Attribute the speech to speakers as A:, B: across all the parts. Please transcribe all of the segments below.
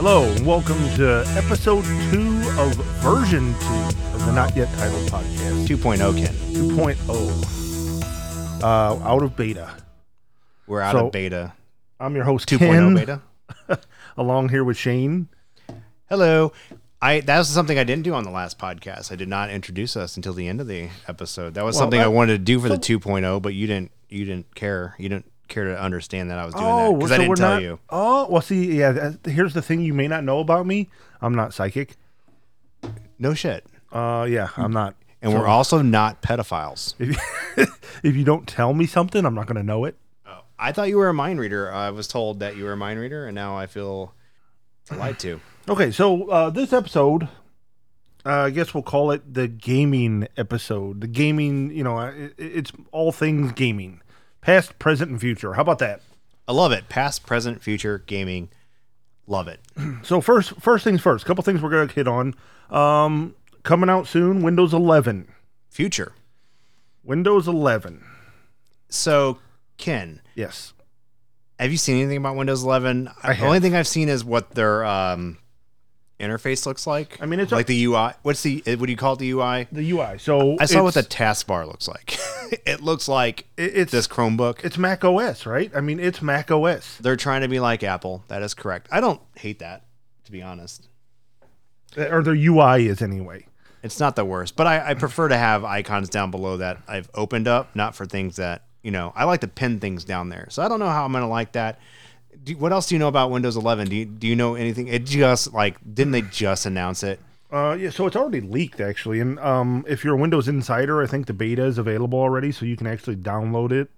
A: welcome to episode two of version two of the Not Yet Titled podcast
B: 2.0, oh, Ken.
A: 2.0. Uh, out of beta.
B: We're out
A: So-
B: of beta.
A: I'm your host
B: 2.0
A: Ken,
B: beta.
A: along here with Shane.
B: Hello. I that was something I didn't do on the last podcast. I did not introduce us until the end of the episode. That was
A: Well,
B: something
A: that-
B: I wanted to do for the 2.0, but you didn't you didn't care. You didn't care to understand that I was doing that because
A: Oh, so
B: I didn't
A: we're
B: tell
A: not-
B: you.
A: Oh, well, see, yeah. that- Here's the thing you may not know about me. I'm not psychic.
B: No shit.
A: Uh, yeah, I'm not.
B: And we're also not pedophiles.
A: If you don't tell me something, I'm not going to know it.
B: I thought you were a mind reader. I was told that you were a mind reader, and now I feel lied to.
A: Okay, so uh, this episode, uh, I guess we'll call it the gaming episode. The gaming, you know, uh, it, it's all things gaming, past, present, and future. How about that?
B: I love it. Past, present, future, gaming. Love it.
A: So first, first things first. couple things we're gonna hit on. Um, coming out soon, Windows 11.
B: Future.
A: Windows 11.
B: So, Ken,
A: Yes.
B: Have you seen anything about Windows 11?
A: I
B: the only thing I've seen is what their um, interface looks like.
A: I mean, it's a-
B: like the UI. What's the? What do you call it? The UI.
A: The UI. So
B: I saw what the
A: it's-
B: taskbar looks like. it looks like
A: it- it's
B: this Chromebook.
A: it's Mac OS, right? I mean, it's Mac OS.
B: They're trying to be like Apple. That is correct. I don't hate that, to be honest.
A: Or their UI is anyway.
B: It's not the worst, but I, I prefer to have icons down below that I've opened up, not for things that you know. I like to pin things down there, so I don't know how I'm going to like that. Do, what else do you know about Windows 11? Do you do you know anything? It just like didn't they just announce it?
A: Uh, yeah, so it's already leaked actually, and um, if you're a Windows Insider, I think the beta is available already, so you can actually download it.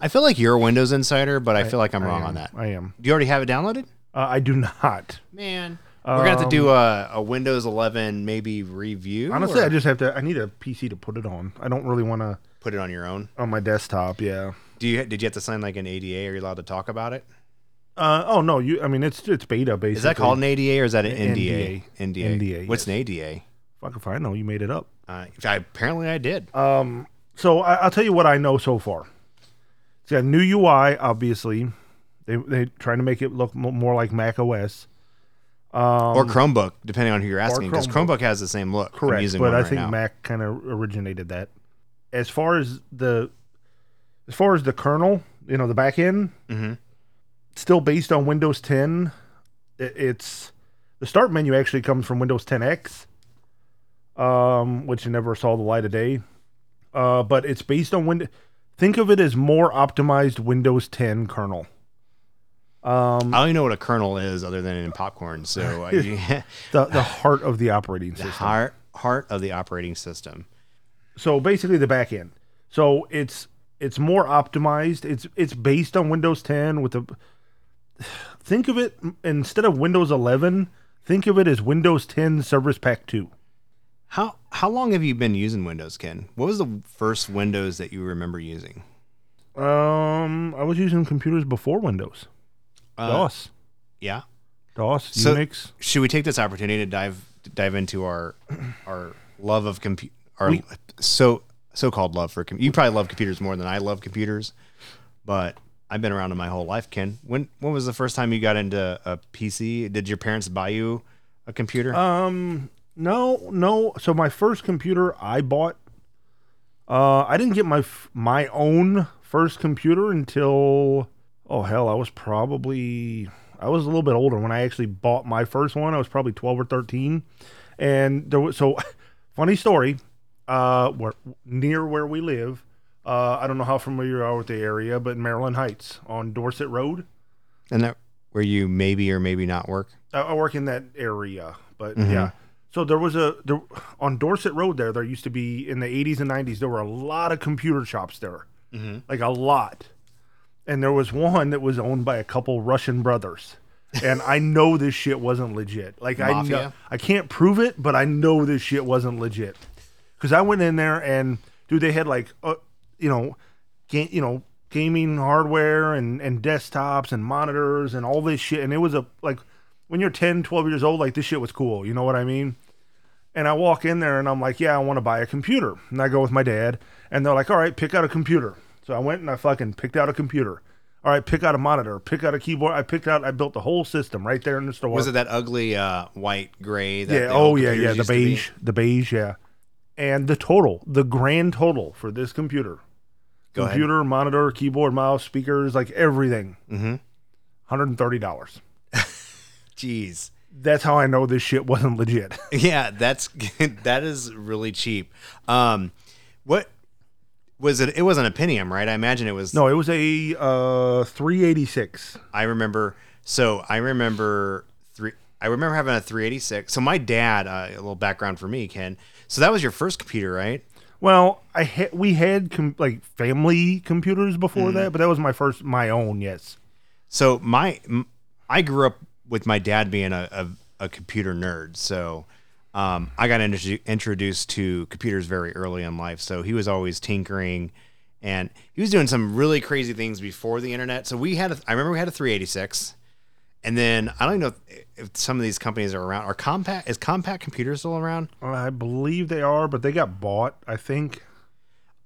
B: I feel like you're a Windows insider, but I, feel like I'm wrong
A: I am-
B: on that.
A: I am.
B: Do you already have it downloaded?
A: Uh, I do not. Um,
B: Man, we're gonna have to do a, a Windows 11 maybe review.
A: Honestly,
B: or
A: I just have to. I need a PC to put it on. I don't really want to
B: put it on your own.
A: on my desktop. Yeah.
B: Do you did you have to sign like an ADA? Are you allowed to talk about it?
A: Uh, oh no, you. I mean, it's it's beta basically.
B: Is that called an ADA or is that an
A: An
B: NDA?
A: NDA. NDA,
B: What's an ADA?
A: Fuck if I know. You made it up.
B: Uh, I, apparently, I did.
A: Um, so I, I'll tell you what I know so far. It's got a new UI, obviously. They they trying to make it look mo- more like Mac OS.
B: or Chromebook, depending on who you're asking, because
A: Um, Chromebook.
B: Chromebook has the same look. I'm
A: Correct,
B: using
A: but
B: one
A: I
B: right
A: think
B: now.
A: Mac kind of originated that. As far as the as far as the kernel, you know, the back end,
B: Mhm.
A: it's still based on Windows 10. I- It's the start menu actually comes from Windows 10X, um, which never saw the light of day. Uh, but it's based on Windows. Think of it as more optimized Windows 10 kernel. Um,
B: I don't even know what a kernel is other than in popcorn. So I,
A: the the heart of the operating system.
B: heart heart of the operating system.
A: so basically the back end. So it's it's more optimized. It's it's based on Windows 10 with the think of it instead of Windows 11, think of it as Windows 10 Service Pack 2.
B: How how long have you been using Windows, Ken? What was the first Windows that you remember using?
A: Um I was using computers before Windows. DOS.
B: Yeah.
A: DOS,
B: Uh, so-
A: Unix.
B: Should we take this opportunity to dive dive into our our love of compute our
A: We-
B: so so called love for com- you probably love computers more than I love computers, but I've been around them my whole life, Ken. When when was the first time you got into a PC? Did your parents buy you a computer?
A: Um no, no. So my first computer I bought uh I didn't get my f- my own first computer until oh hell, I was probably I was a little bit older when I actually bought my first one. I was probably 12 or 13. And there was so funny story uh where near where we live uh, I don't know how familiar you are with the area, but in Maryland Heights on Dorset Road,
B: and that where you maybe or maybe not work?
A: I, I work in that area, but yeah. So there was a there, on Dorset Road there. There used to be in the 80s and 90s. There were a lot of computer shops there, like a lot. And there was one that was owned by a couple Russian brothers. And I know this shit wasn't legit. Like I know,
B: Mafia?
A: I can't prove it, but I know this shit wasn't legit. Because I went in there and dude, they had like uh, you know, ga- you know, gaming hardware and and desktops and monitors and all this shit. And it was a like when you're 10, 12 years old, like this shit was cool. You know what I mean? And I walk in there and I'm like, yeah, I want to buy a computer. And I go with my dad, and they're like, all right, pick out a computer. So I went and I fucking picked out a computer. all right, pick out a monitor, pick out a keyboard. I picked out, I built the whole system right there in the store.
B: Was it that ugly uh, white gray? That
A: yeah.
B: the
A: Oh
B: old
A: yeah, yeah. The
B: computers used to be?
A: beige, the beige, yeah. And the total, the grand total for this computer,
B: Go ahead.
A: computer, monitor, keyboard, mouse, speakers, like everything,
B: Mhm.
A: hundred and thirty dollars.
B: Jeez.
A: That's how I know this shit wasn't legit.
B: Yeah, that's that is really cheap. Um, what was it? It wasn't a Pentium, right? I imagine it was.
A: no, it was a uh, three eighty six.
B: I remember. So I remember three. I remember having a 386. So my dad, uh, a little background for me, Ken. So that was your first computer, right?
A: Well, I ha- we had com- like family computers
B: Mm-hmm.
A: before that, but that was my first, my own. Yes.
B: So my, m- I grew up with my dad being a, a, a computer nerd. So um, I got introdu- introduced to computers very early in life. So he was always tinkering, and he was doing some really crazy things before the internet. So we had, a, I remember we had a 386, and then I don't even know if, if some of these companies are around. Are compact is compact computer still around?
A: Uh, I believe they are, but they got bought. I think.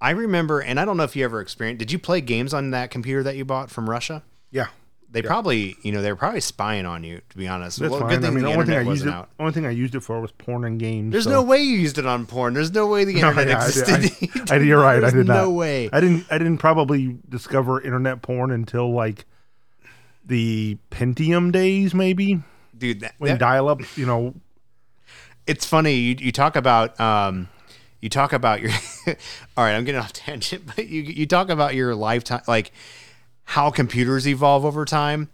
B: I remember, and I don't know if you ever experienced. Did you play games on that computer that you bought from Russia?
A: Yeah,
B: They probably, you know, they were probably spying on you. To be honest,
A: that's
B: Well,
A: fine. I mean, the
B: the
A: only thing I
B: internet
A: used
B: wasn't
A: it,
B: out.
A: only thing I used it for was porn and games.
B: There's
A: so-
B: no way you used it on porn. There's no way the internet
A: yeah, I did-
B: existed.
A: I, you're right. I
B: There's
A: did not.
B: No way.
A: I didn't. I didn't probably discover internet porn until like the Pentium days, maybe
B: Dude, that,
A: when
B: that-
A: dial-up. You know,
B: it's funny. You, you talk about um, you talk about your. all right, I'm getting off tangent, but you you talk about your lifetime, like how computers evolve over time.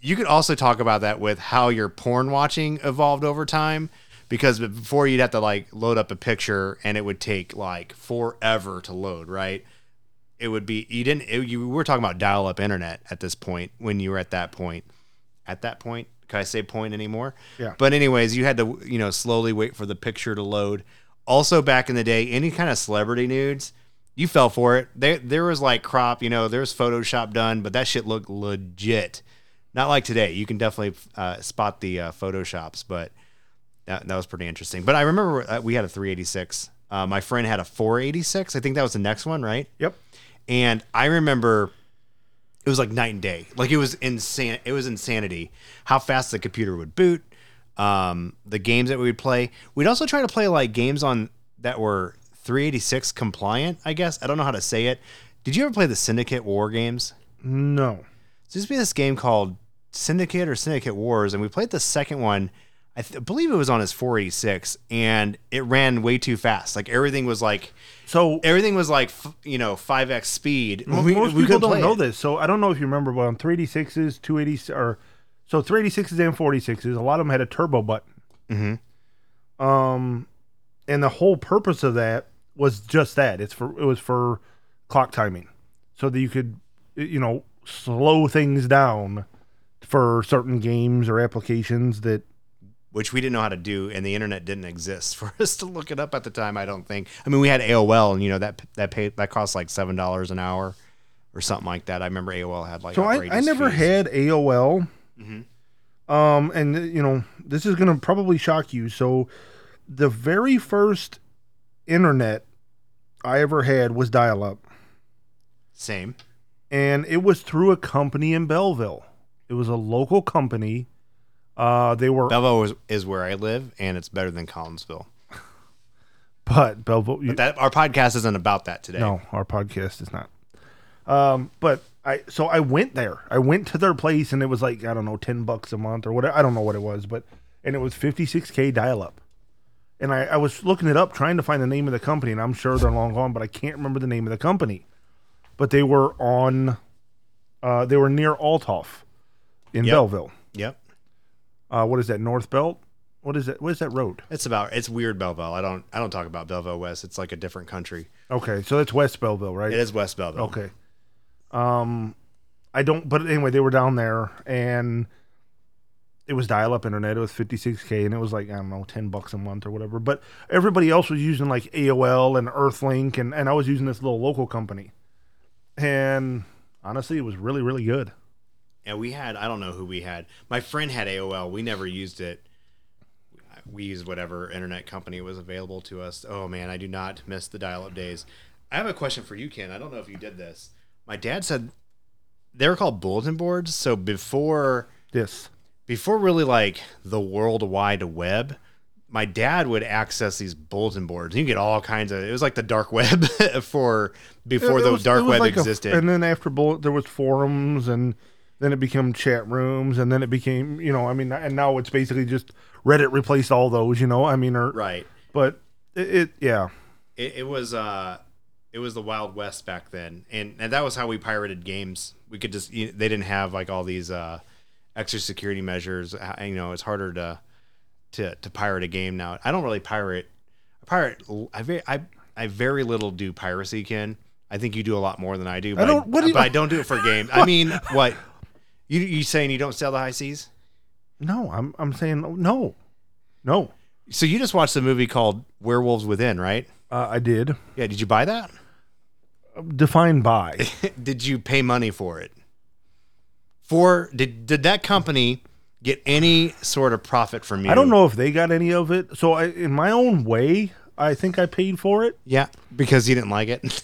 B: You could also talk about that with how your porn watching evolved over time, because before you'd have to like load up a picture, and it would take like forever to load, right? It would be you didn't it, you were talking about dial up internet at this point when you were at that point at that point. Can I say point anymore?
A: Yeah.
B: But anyways, you had to you know slowly wait for the picture to load. Also back in the day, any kind of celebrity nudes, you fell for it. There there was like crop, you know, there was Photoshop done, but that shit looked legit. Not like today. You can definitely uh, spot the uh, photoshops, but that, that was pretty interesting. But I remember uh, we had a 386. Uh, my friend had a 486. I think that was the next one, right?
A: yep.
B: and I remember it was like night and day. Like it was insane. It was insanity how fast the computer would boot. Um, the games that we would play. We'd also try to play like games on that were 386 compliant. I guess I don't know how to say it. Did you ever play the Syndicate War games?
A: No.
B: So there's been this game called Syndicate or Syndicate Wars, and we played the second one. I th- believe it was on his 486, and it ran way too fast. Like everything was like
A: So
B: everything was like f- you know 5x speed
A: Well,
B: We-
A: most
B: we
A: people
B: couldn't play
A: don't know
B: it.
A: this, so I don't know if you remember, but on 386s, 280s, or so 386s and 46s, a lot of them had a turbo button. Mm-hmm. Um, and the whole purpose of that was just that. It's for it was for clock timing, so that you could, you know, slow things down for certain games or applications that
B: which we didn't know how to do and the internet didn't exist for us to look it up at the time i don't think i mean we had aol and you know that that paid that cost like seven dollars an hour or something like that i remember aol had like
A: So I, I
B: outrageous
A: never
B: fees. Mm-hmm.
A: had AOL. Um, and uh, you know, this is gonna probably shock you. So the very first internet I ever had was dial up.
B: same
A: And it was through a company in Belleville. It was a local company. Uh they were
B: Bevo is, is where i live and it's better than collinsville
A: but Belleville
B: but that our podcast isn't about that today
A: No, our podcast is not. Um, but I so I went there. I went to their place and it was like, I don't know, ten bucks a month or whatever. I don't know what it was, but and it was fifty six K dial up. And I, I was looking it up trying to find the name of the company, and I'm sure they're long gone, but I can't remember the name of the company. But they were on uh, they were near Altoff in
B: Yep.
A: Belleville.
B: yep
A: Uh, what is that, North Belt? What is that what is that road?
B: it's about it's weird Belleville. I don't I don't talk about Belleville West. It's like a different country.
A: Okay, so that's West Belleville, right?
B: It is West Belleville.
A: Okay. Um, I don't. But anyway, they were down there, and it was dial-up internet. It was 56k, and it was like I don't know, 10 bucks a month or whatever. But everybody else was using like AOL and Earthlink, and and I was using this little local company. And honestly, it was really really good.
B: And we had, I don't know who we had. My friend had AOL. We never used it. We used whatever internet company was available to us. Oh man, I do not miss the dial up days. I have a question for you, Ken. I don't know if you did this. My dad said they were called bulletin boards. So before
A: This.
B: before really like the world wide web, my dad would access these bulletin boards. You get all kinds of. It was like the dark web for before
A: It- it
B: the
A: was- it
B: dark
A: was
B: web
A: like a-
B: existed.
A: and then after bullet, there was forums, and then it became chat rooms, and then it became you know I mean, and now it's basically just Reddit replaced all those. You know, I mean, or
B: right.
A: but it, it yeah
B: It, it was uh, it was the Wild West back then, and and that was how we pirated games. We could just you they didn't have like all these uh, extra security measures. Uh, You know, it's harder to to to pirate a game now. I don't really pirate. I pirate. I very I I very little do piracy, Ken. I think you do a lot more than I do. But I
A: don't- what do you-
B: but I don't do it for a game. I mean, what? You you saying you don't sell the high seas?
A: no I'm I'm saying no no
B: So you just watched the movie called Werewolves Within, right?
A: uh, I did
B: Yeah. Did you buy that?
A: defined by
B: did you pay money for it? For did did that company get any sort of profit from you?
A: I don't know if they got any of it so I in my own way I think I paid for it
B: Yeah, because you didn't like it.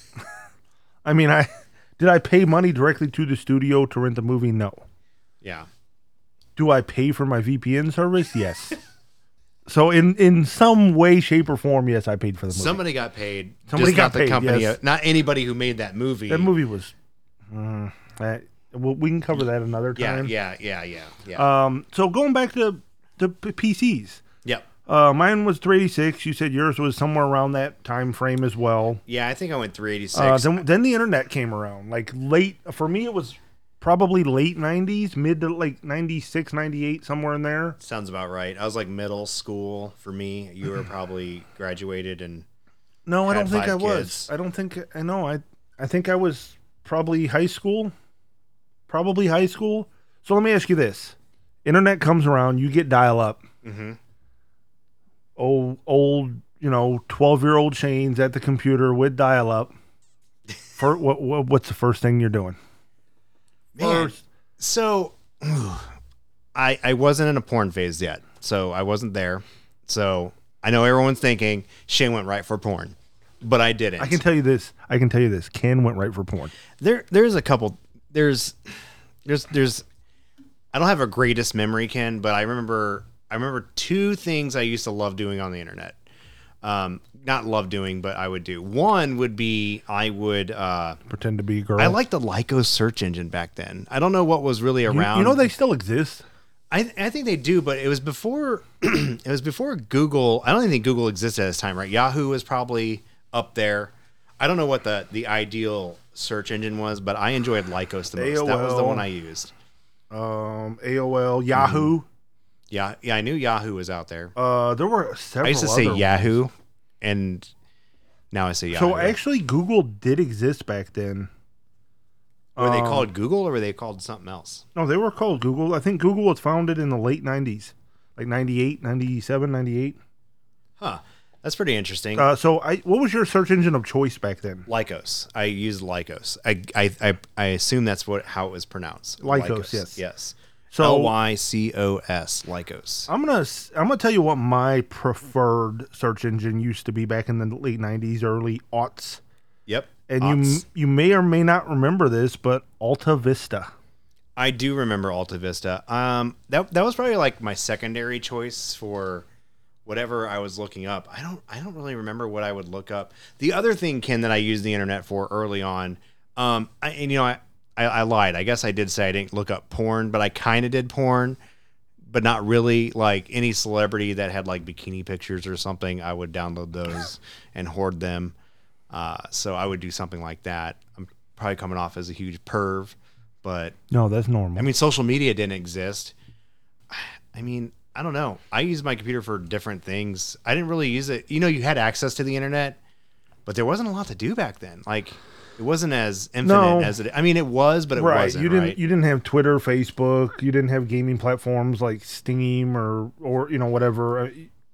A: I mean I did I pay money directly to the studio to rent the movie no
B: yeah.
A: do I pay for my VPN service yes so in in some way shape or form yes I paid for the movie
B: Somebody got paid.
A: Somebody
B: just
A: got
B: not the
A: paid,
B: company,
A: yes.
B: uh, not anybody who made that movie.
A: that movie was mm, that- well, we can cover that another
B: Yeah,
A: time
B: yeah, yeah, yeah, yeah.
A: um so going back to the PCs
B: yep.
A: Uh, mine was 386. You said yours was somewhere around that time frame as well.
B: Yeah, I think I went 386.
A: Uh, then, then the internet came around. Like late for me, it was probably late 90s, mid to like 96, 98, somewhere in there.
B: Sounds about right. I was like middle school for me. You were probably graduated and
A: No, I
B: Had
A: don't think I
B: five
A: was.
B: kids.
A: I don't think I know. I I think I was probably high school. Probably high school. So let me ask you this: Internet comes around, you get dial up.
B: Mhm.
A: Old old, you know, twelve year old Shane's at the computer with dial up. For what, what what's the first thing you're doing?
B: Man,
A: First-
B: So, I I wasn't in a porn phase yet, so I wasn't there. So I know everyone's thinking Shane went right for porn, but I didn't.
A: I can tell you this. I can tell you this. Ken went right for porn.
B: there there's a couple. There's there's there's. I don't have a greatest memory, Ken, but I remember I remember two things I used to love doing on the internet. Um, not love doing, but I would do. One would be I would. Uh,
A: Pretend to be a girl.
B: I liked the Lycos search engine back then. I don't know what was really
A: you,
B: around.
A: you know they still exist.
B: I, I think they do, but it was before it was before Google. I don't think Google existed at this time, right? Yahoo was probably up there. I don't know what the the ideal search engine was, but I enjoyed Lycos the most. That was the
A: AOL.
B: one I used.
A: Um, AOL, Yahoo.
B: Yeah, yeah, I knew Yahoo was out there.
A: Uh, there were several.
B: I used to say
A: other
B: Yahoo, and now I say Yahoo.
A: So actually, Google did exist back then.
B: were they
A: um,
B: called Google or were they called something else?
A: No, they were called Google. I think Google was founded in the late 90s, like 98, 97, 98.
B: Huh, that's pretty interesting.
A: Uh, so I, what was your search engine of choice back then?
B: Lycos. I used Lycos. I, I I I assume that's what how it was pronounced.
A: Lycos, yes.
B: Yes.
A: So- Oh.
B: L Y C O S Lycos.
A: I'm gonna s- I'm gonna tell you what my preferred search engine used to be back in the late 90s, early aughts.
B: Yep.
A: And
B: Ots.
A: you you may or may not remember this, but Alta Vista.
B: I do remember Alta Vista. Um that that was probably like my secondary choice for whatever I was looking up. I don't I don't really remember what I would look up. The other thing, Ken, that I used the internet for early on, um I, and you know, I, I, I lied. I guess I did say I didn't look up porn, but I kinda did porn. but not really like any celebrity that had like bikini pictures or something. I would download those and hoard them. Uh, so I would do something like that. I'm probably coming off as a huge perv, but
A: No, that's normal.
B: I mean, social media didn't exist. I mean, I don't know. I used my computer for different things. I didn't really use it. You know, you had access to the internet, but there wasn't a lot to do back then. Like, it wasn't as infinite
A: No.
B: as it. I mean, it was, but it
A: right.
B: wasn't.
A: you didn't
B: right?
A: you didn't have Twitter, Facebook. You didn't have gaming platforms like Steam or or you know whatever. Uh,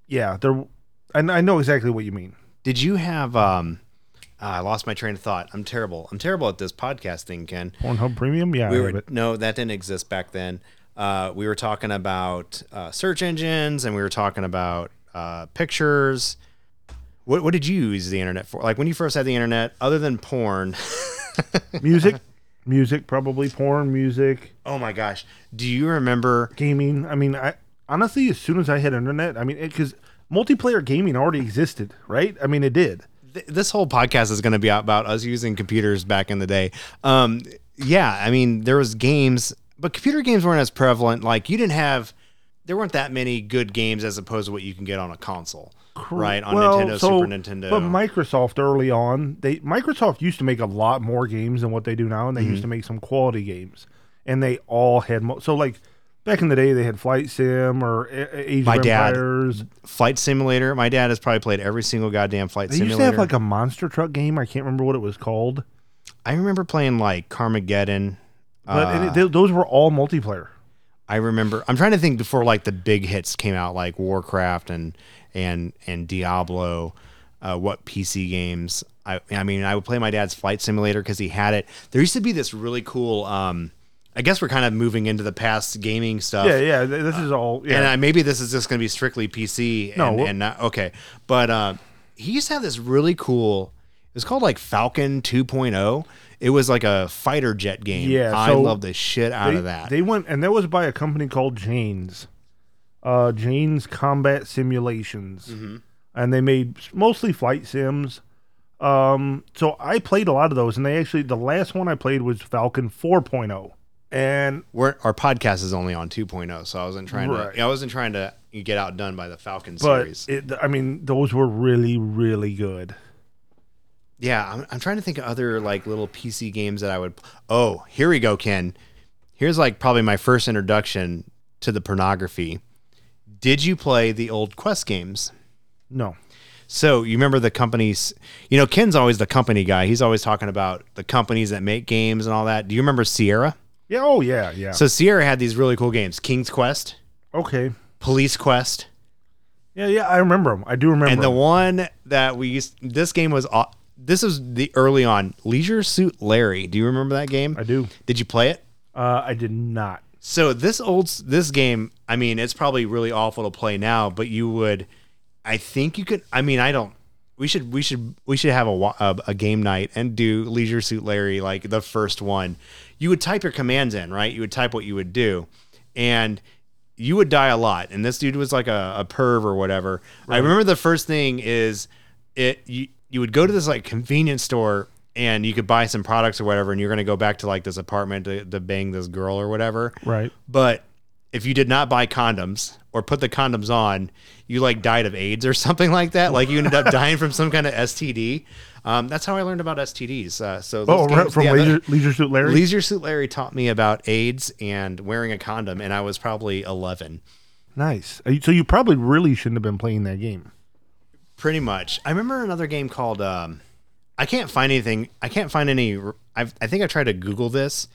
A: Yeah, there. I, I know exactly what you mean.
B: Did you have um ah, I lost my train of thought. I'm terrible. I'm terrible at this podcast thing, Ken.
A: Pornhub Premium. Yeah,
B: We
A: I
B: were
A: have it.
B: no, that didn't exist back then. Uh, we were talking about uh, search engines and we were talking about uh, pictures. What, what did you use the internet for? Like when you first had the internet, other than porn,
A: music. music, probably porn music,
B: Oh my gosh. Do you remember?
A: gaming. I mean, I honestly, as soon as I hit internet, I mean, because multiplayer gaming already existed, right? I mean, it did.
B: Th- this whole podcast is going to be about us using computers back in the day. Um, yeah, I mean there was games, but computer games weren't as prevalent. Like you didn't have, there weren't that many good games as opposed to what you can get on a console, right? On
A: Well,
B: Nintendo,
A: so-
B: Super Nintendo.
A: But Microsoft early on, they Microsoft used to make a lot more games than what they do now, and they
B: Mm-hmm.
A: used to make some quality games, and they all had mo- so like back in the day they had Flight Sim or A- A- Age
B: My
A: of
B: dad
A: Empires.
B: Flight Simulator. My dad has probably played every single goddamn Flight
A: They used
B: Simulator.
A: to have like a monster truck game. I can't remember what it was called,
B: I remember playing like Carmageddon.
A: but and
B: Uh,
A: it, th- those were all multiplayer.
B: I remember. I'm trying to think before like the big hits came out, like Warcraft and and and Diablo. Uh, what PC games? I I mean, I would play my dad's Flight Simulator because he had it. There used to be this really cool. Um, I guess we're kind of moving into the past gaming stuff.
A: Yeah, yeah. th- This is all. Yeah.
B: uh, And I, maybe this is just going to be strictly PC and,
A: No, we'll-
B: and not okay. But uh, he used to have this really cool. It was called like Falcon 2.0. It was like a fighter jet game.
A: Yeah,
B: I
A: so
B: love the shit out
A: they,
B: of that.
A: They went, and that was by a company called Jane's, uh, Jane's Combat Simulations,
B: Mm-hmm.
A: and they made s- mostly flight sims. Um, so I played a lot of those, and they actually the last one I played was Falcon 4.0, and
B: We're, our podcast is only on 2.0, so I wasn't trying
A: Right.
B: to. I wasn't trying to get outdone by the Falcon
A: but
B: series.
A: it, I mean those were really really good.
B: yeah, I'm, I'm trying to think of other like little PC games that I would. Oh, here we go, Ken. Here's like probably my first introduction to the pornography. Did you play the old Quest games?
A: No,
B: So you remember the companies? You know, Ken's always the company guy. He's always talking about the companies that make games and all that. Do you remember Sierra?
A: yeah, oh yeah, yeah,
B: So Sierra had these really cool games: King's Quest,
A: okay,
B: Police Quest.
A: yeah, yeah. I remember them. I do remember.
B: And the
A: 'em.
B: one that we used, this game was, aw- this was the early on Leisure Suit Larry. Do you remember that game?
A: I do.
B: Did you play it?
A: Uh, I did not.
B: So this old, s- this game, I mean, it's probably really awful to play now, but you would, I think you could, I mean, I don't, we should, we should, we should have a, wa- a, a game night and do Leisure Suit Larry, like the first one. You would type your commands in, right? You would type what you would do. And, you would die a lot. And this dude was like a, a perv or whatever. I remember the first thing is it you, you would go to this like convenience store and you could buy some products or whatever, and you're gonna go back to like this apartment to, to bang this girl or whatever.
A: Right.
B: But if you did not buy condoms or put the condoms on, you like died of AIDS or something like that. Like you ended up dying from some kind of STD. Um, that's how I learned about STDs. Uh, so
A: Oh,
B: those
A: right,
B: games-
A: from
B: yeah, the-
A: Leisure, Leisure Suit Larry.
B: Leisure Suit Larry taught me about AIDS and wearing a condom, and I was probably 11.
A: nice. Uh, So you probably really shouldn't have been playing that game.
B: Pretty much. I remember another game called. Um, I can't find anything. I can't find any. I've, I think I tried to Google this.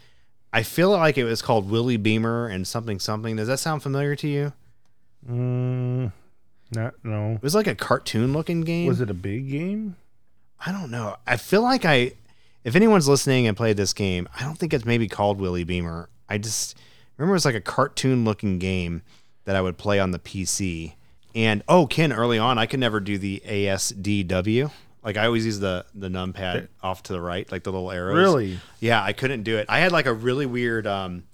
B: I feel like it was called Willie Beamer and something something. Does that sound familiar to you?
A: Mm, not no.
B: It was like a cartoon looking game.
A: Was it a big game?
B: I don't know. I feel like I. If anyone's listening and played this game, I don't think it's maybe called Willie Beamer. I just remember it was like a cartoon looking game that I would play on the PC. And oh, Ken, early on, I could never do the ASDW. Like I always use the the numpad off to the right, like the little arrows.
A: Really?
B: Yeah, I couldn't do it. I had like a really weird. Um,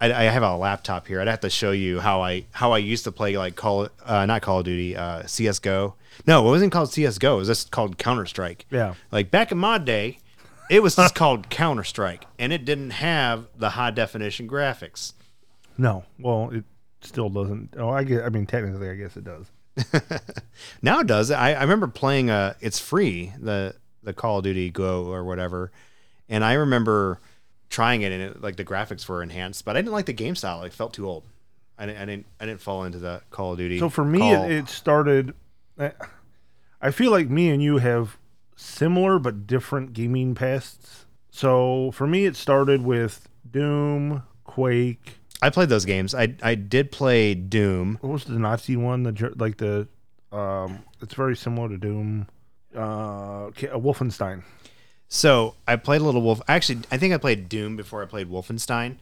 B: I, I have a laptop here. I'd have to show you how I how I used to play like Call uh, not Call of Duty, uh, CS:GO. No, it wasn't called CS:GO. It was just called Counter Strike.
A: Yeah.
B: Like back in my day, it was just called Counter Strike, and it didn't have the high definition graphics.
A: No. Well, it still doesn't. Oh, I guess. I mean, technically, I guess it does.
B: Now it does. I, I remember playing uh it's free, the the Call of Duty Go or whatever. And I remember trying it and it, like the graphics were enhanced, but I didn't like the game style. It felt too old. I didn't I didn't, I didn't fall into the Call of Duty.
A: So for me,
B: call.
A: it, it started. I I feel like me and you have similar but different gaming pasts. So for me, it started with Doom, Quake.
B: I played those games. I I did play Doom.
A: What was the Nazi one? The Ger- like the. Um, it's very similar to Doom. Uh, K- uh, Wolfenstein.
B: So I played a little Wolf. Actually, I think I played Doom before I played Wolfenstein.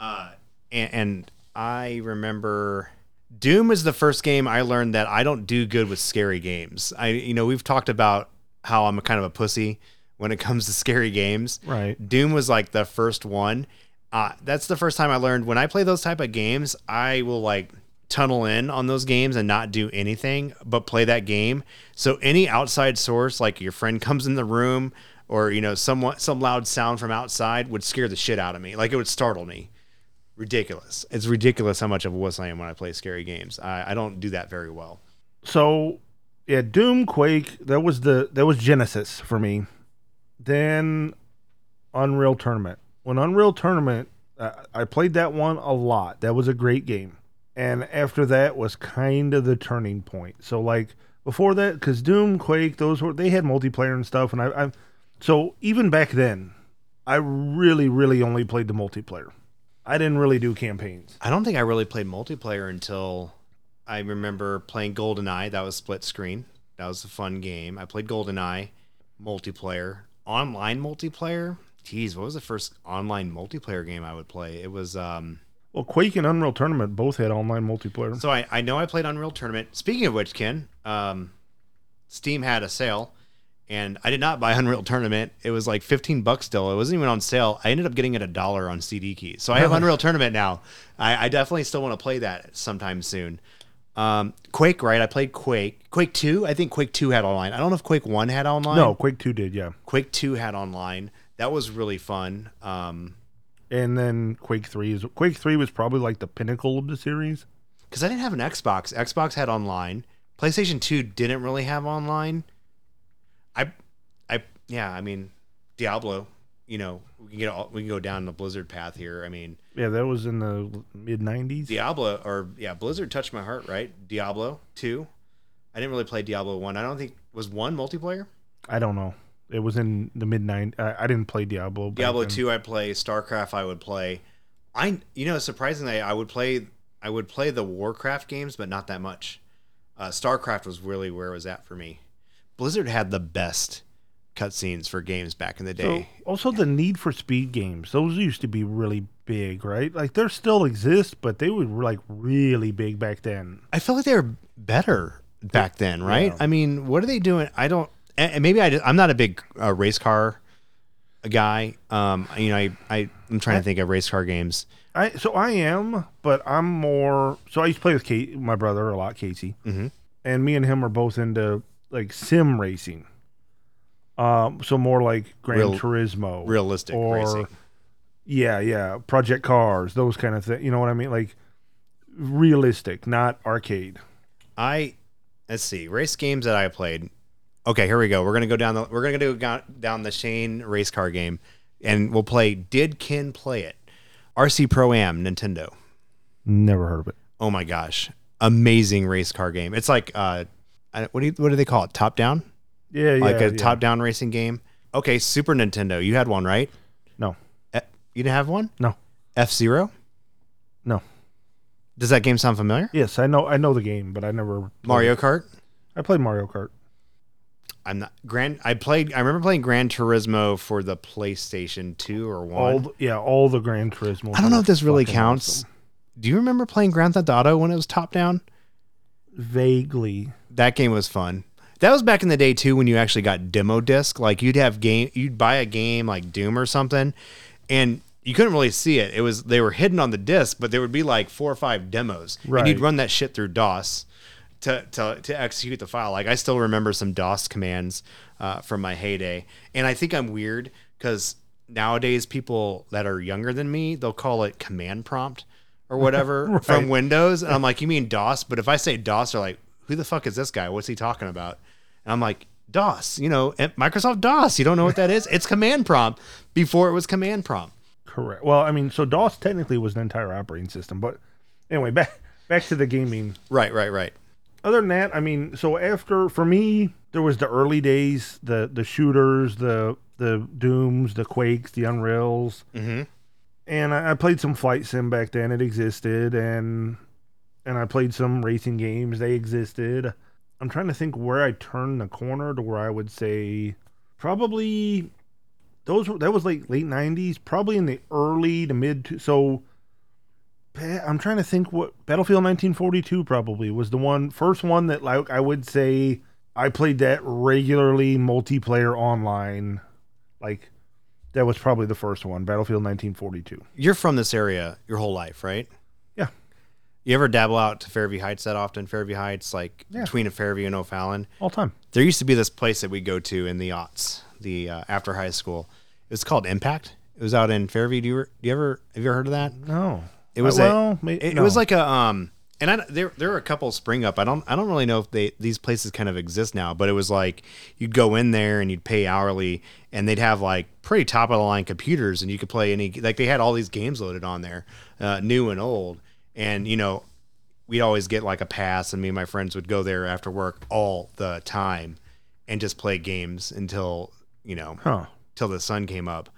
B: Uh, and, and I remember Doom was the first game I learned that I don't do good with scary games. I, you know, we've talked about how I'm a kind of a pussy when it comes to scary games.
A: Right.
B: Doom was like the first one. Uh, that's the first time I learned when I play those type of games, I will like tunnel in on those games and not do anything but play that game. So any outside source, like your friend comes in the room or you know someone some loud sound from outside would scare the shit out of me. Like it would startle me. Ridiculous. It's ridiculous how much of a wuss I am when I play scary games. I, I don't do that very well.
A: So yeah, Doom, Quake. That was the that was Genesis for me. Then Unreal Tournament. When Unreal Tournament, uh, I played that one a lot. That was a great game. And after that was kind of the turning point. So like before that, because Doom, Quake, those were they had multiplayer and stuff. And I, I, so even back then, I really, really only played the multiplayer. I didn't really do campaigns.
B: I don't think I really played multiplayer until I remember playing GoldenEye. That was split screen. That was a fun game. I played GoldenEye multiplayer, online multiplayer. Jeez, what was the first online multiplayer game I would play? It was um
A: Well, Quake and Unreal Tournament both had online multiplayer.
B: so I, I know I played Unreal Tournament. Speaking of which, Ken, um, Steam had a sale, and I did not buy Unreal Tournament. It was like fifteen bucks still. It wasn't even on sale. I ended up getting it a dollar on CD keys. So I have Unreal Tournament now. I, I definitely still want to play that sometime soon. Um, Quake, right? I played Quake. Quake Two. I think Quake Two had online. I don't know if Quake One had online.
A: No, Quake Two did, yeah,
B: Quake Two had online. That was really fun. Um,
A: and then Quake Three is Quake Three was probably like the pinnacle of the series.
B: because I didn't have an Xbox. Xbox had online. PlayStation Two didn't really have online. I, I yeah. I mean, Diablo. You know, we can get all, we can go down the Blizzard path here. I mean,
A: Yeah, that was in the mid '90s.
B: Diablo or yeah, Blizzard touched my heart, right? Diablo Two. I didn't really play Diablo One. I don't think was one multiplayer.
A: I don't know. It was in the mid '90s. I, I didn't play Diablo. back
B: Diablo
A: then.
B: two I play, StarCraft I would play. I you know surprisingly I would play I would play the Warcraft games, but not that much. Uh, StarCraft was really where it was at for me. Blizzard had the best cutscenes for games back in the
A: So,
B: day.
A: also the Need for Speed games. Those used to be really big, right? Like they still exist, but they were like really big back then.
B: I feel like they were better back then, right?
A: Yeah.
B: I mean, what are they doing? I don't. And and maybe I just, I'm not a big uh, race car guy. Um, you know, I, I I'm trying to think of race car games.
A: I so I am, but I'm more. So I used to play with Kate, my brother a lot, Casey,
B: Mhm.
A: and me and him are both into like sim racing. Um, so more like Gran
B: Real-
A: Turismo,
B: realistic racing.
A: yeah, yeah, Project Cars, those kind of things. You know what I mean? Like realistic, not arcade.
B: I let's see race games that I played. Okay, here we go. We're gonna go down the we're gonna go go- down the Shane race car game, and we'll play. Did Ken play it? RC Pro Am Nintendo.
A: Never heard of it.
B: Oh my gosh, amazing race car game. It's like uh, I- what do you, what do they call it? Top down,
A: Yeah, yeah,
B: like a
A: yeah.
B: top down racing game. Okay, Super Nintendo. You had one, right?
A: No,
B: Eh, You didn't have one.
A: no,
B: F Zero.
A: no.
B: Does that game sound familiar?
A: Yes, I know, I know the game, but I never
B: Mario Kart.
A: I played Mario Kart.
B: I'm not Grand. I played. I remember playing Gran Turismo for the PlayStation Two or One.
A: All the, yeah, all the Gran Turismo.
B: I don't know if this really counts. Do you remember playing Grand Theft Auto when it was top down?
A: Vaguely,
B: That game was fun. That was back in the day too when you actually got demo disc. Like you'd have game, you'd buy a game like Doom or something, and you couldn't really see it. It was they were hidden on the disc, but there would be like four or five demos, and
A: Right.
B: you'd run that shit through DOS to to to execute the file. Like I still remember some DOS commands uh, from my heyday, and I think I'm weird because nowadays people that are younger than me they'll call it command prompt or whatever from Windows, and I'm like, you mean DOS? But if I say DOS, they're like, who the fuck is this guy? What's he talking about? And I'm like. DOS, you know, and Microsoft DOS. You don't know what that is? It's command prompt before it was command prompt.
A: Correct. Well, I mean, so DOS technically was an entire operating system, but anyway, back back to the gaming.
B: Right, right, right.
A: Other than that, I mean, so after for me, there was the early days, the the shooters, the the dooms, the quakes, the unreals,
B: Mm-hmm.
A: and I, I played some flight sim back then. It existed, and and I played some racing games. They existed. I'm trying to think where I turned the corner to where I would say probably those were that was like late 90s, probably in the early to mid. To, so pa- I'm trying to think what Battlefield 1942 probably was the one first one that like I would say I played that regularly multiplayer online Like that was probably the first one, Battlefield 1942.
B: You're from this area your whole life, right?
A: Yeah.
B: You ever dabble out to Fairview Heights that often? Fairview Heights, like
A: Yeah.
B: between Fairview and O'Fallon.
A: All time.
B: There used to be this place that we go to in the aughts, the uh, after high school. It was called Impact. It was out in Fairview. Do you, do you ever have you ever heard of that?
A: No.
B: It was
A: Uh,
B: a-
A: well, may-
B: It, it
A: no.
B: was like a um, and I there there were a couple spring up. I don't I don't really know if they these places kind of exist now, but it was like you'd go in there and you'd pay hourly, and they'd have like pretty top of the line computers, and you could play any like they had all these games loaded on there, uh, new and old, and you know we'd always get like a pass, and me and my friends would go there after work all the time, and just play games until you know
A: Huh.
B: till the sun came up.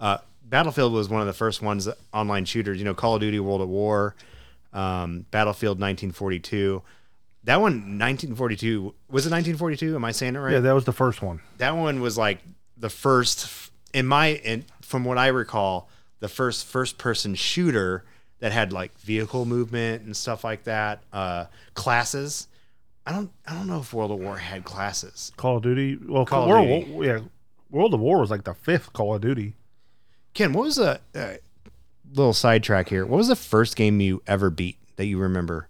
B: Uh, Battlefield was one of the first ones that- online shooters. You know, Call of Duty, World at War, um, Battlefield 1942. That one, 1942, was it 1942? Am I saying it right?
A: Yeah, that was the first one.
B: that one was like the first in my in from what I recall, the first first person shooter that had like vehicle movement and stuff like that. Uh, classes. I don't I don't know if World of War had classes.
A: Call of Duty. Well,
B: Call of
A: World,
B: Duty.
A: War- yeah, World of War was like the fifth Call of Duty.
B: Ken, what was the uh, little sidetrack here? What was the first game you ever beat that you remember?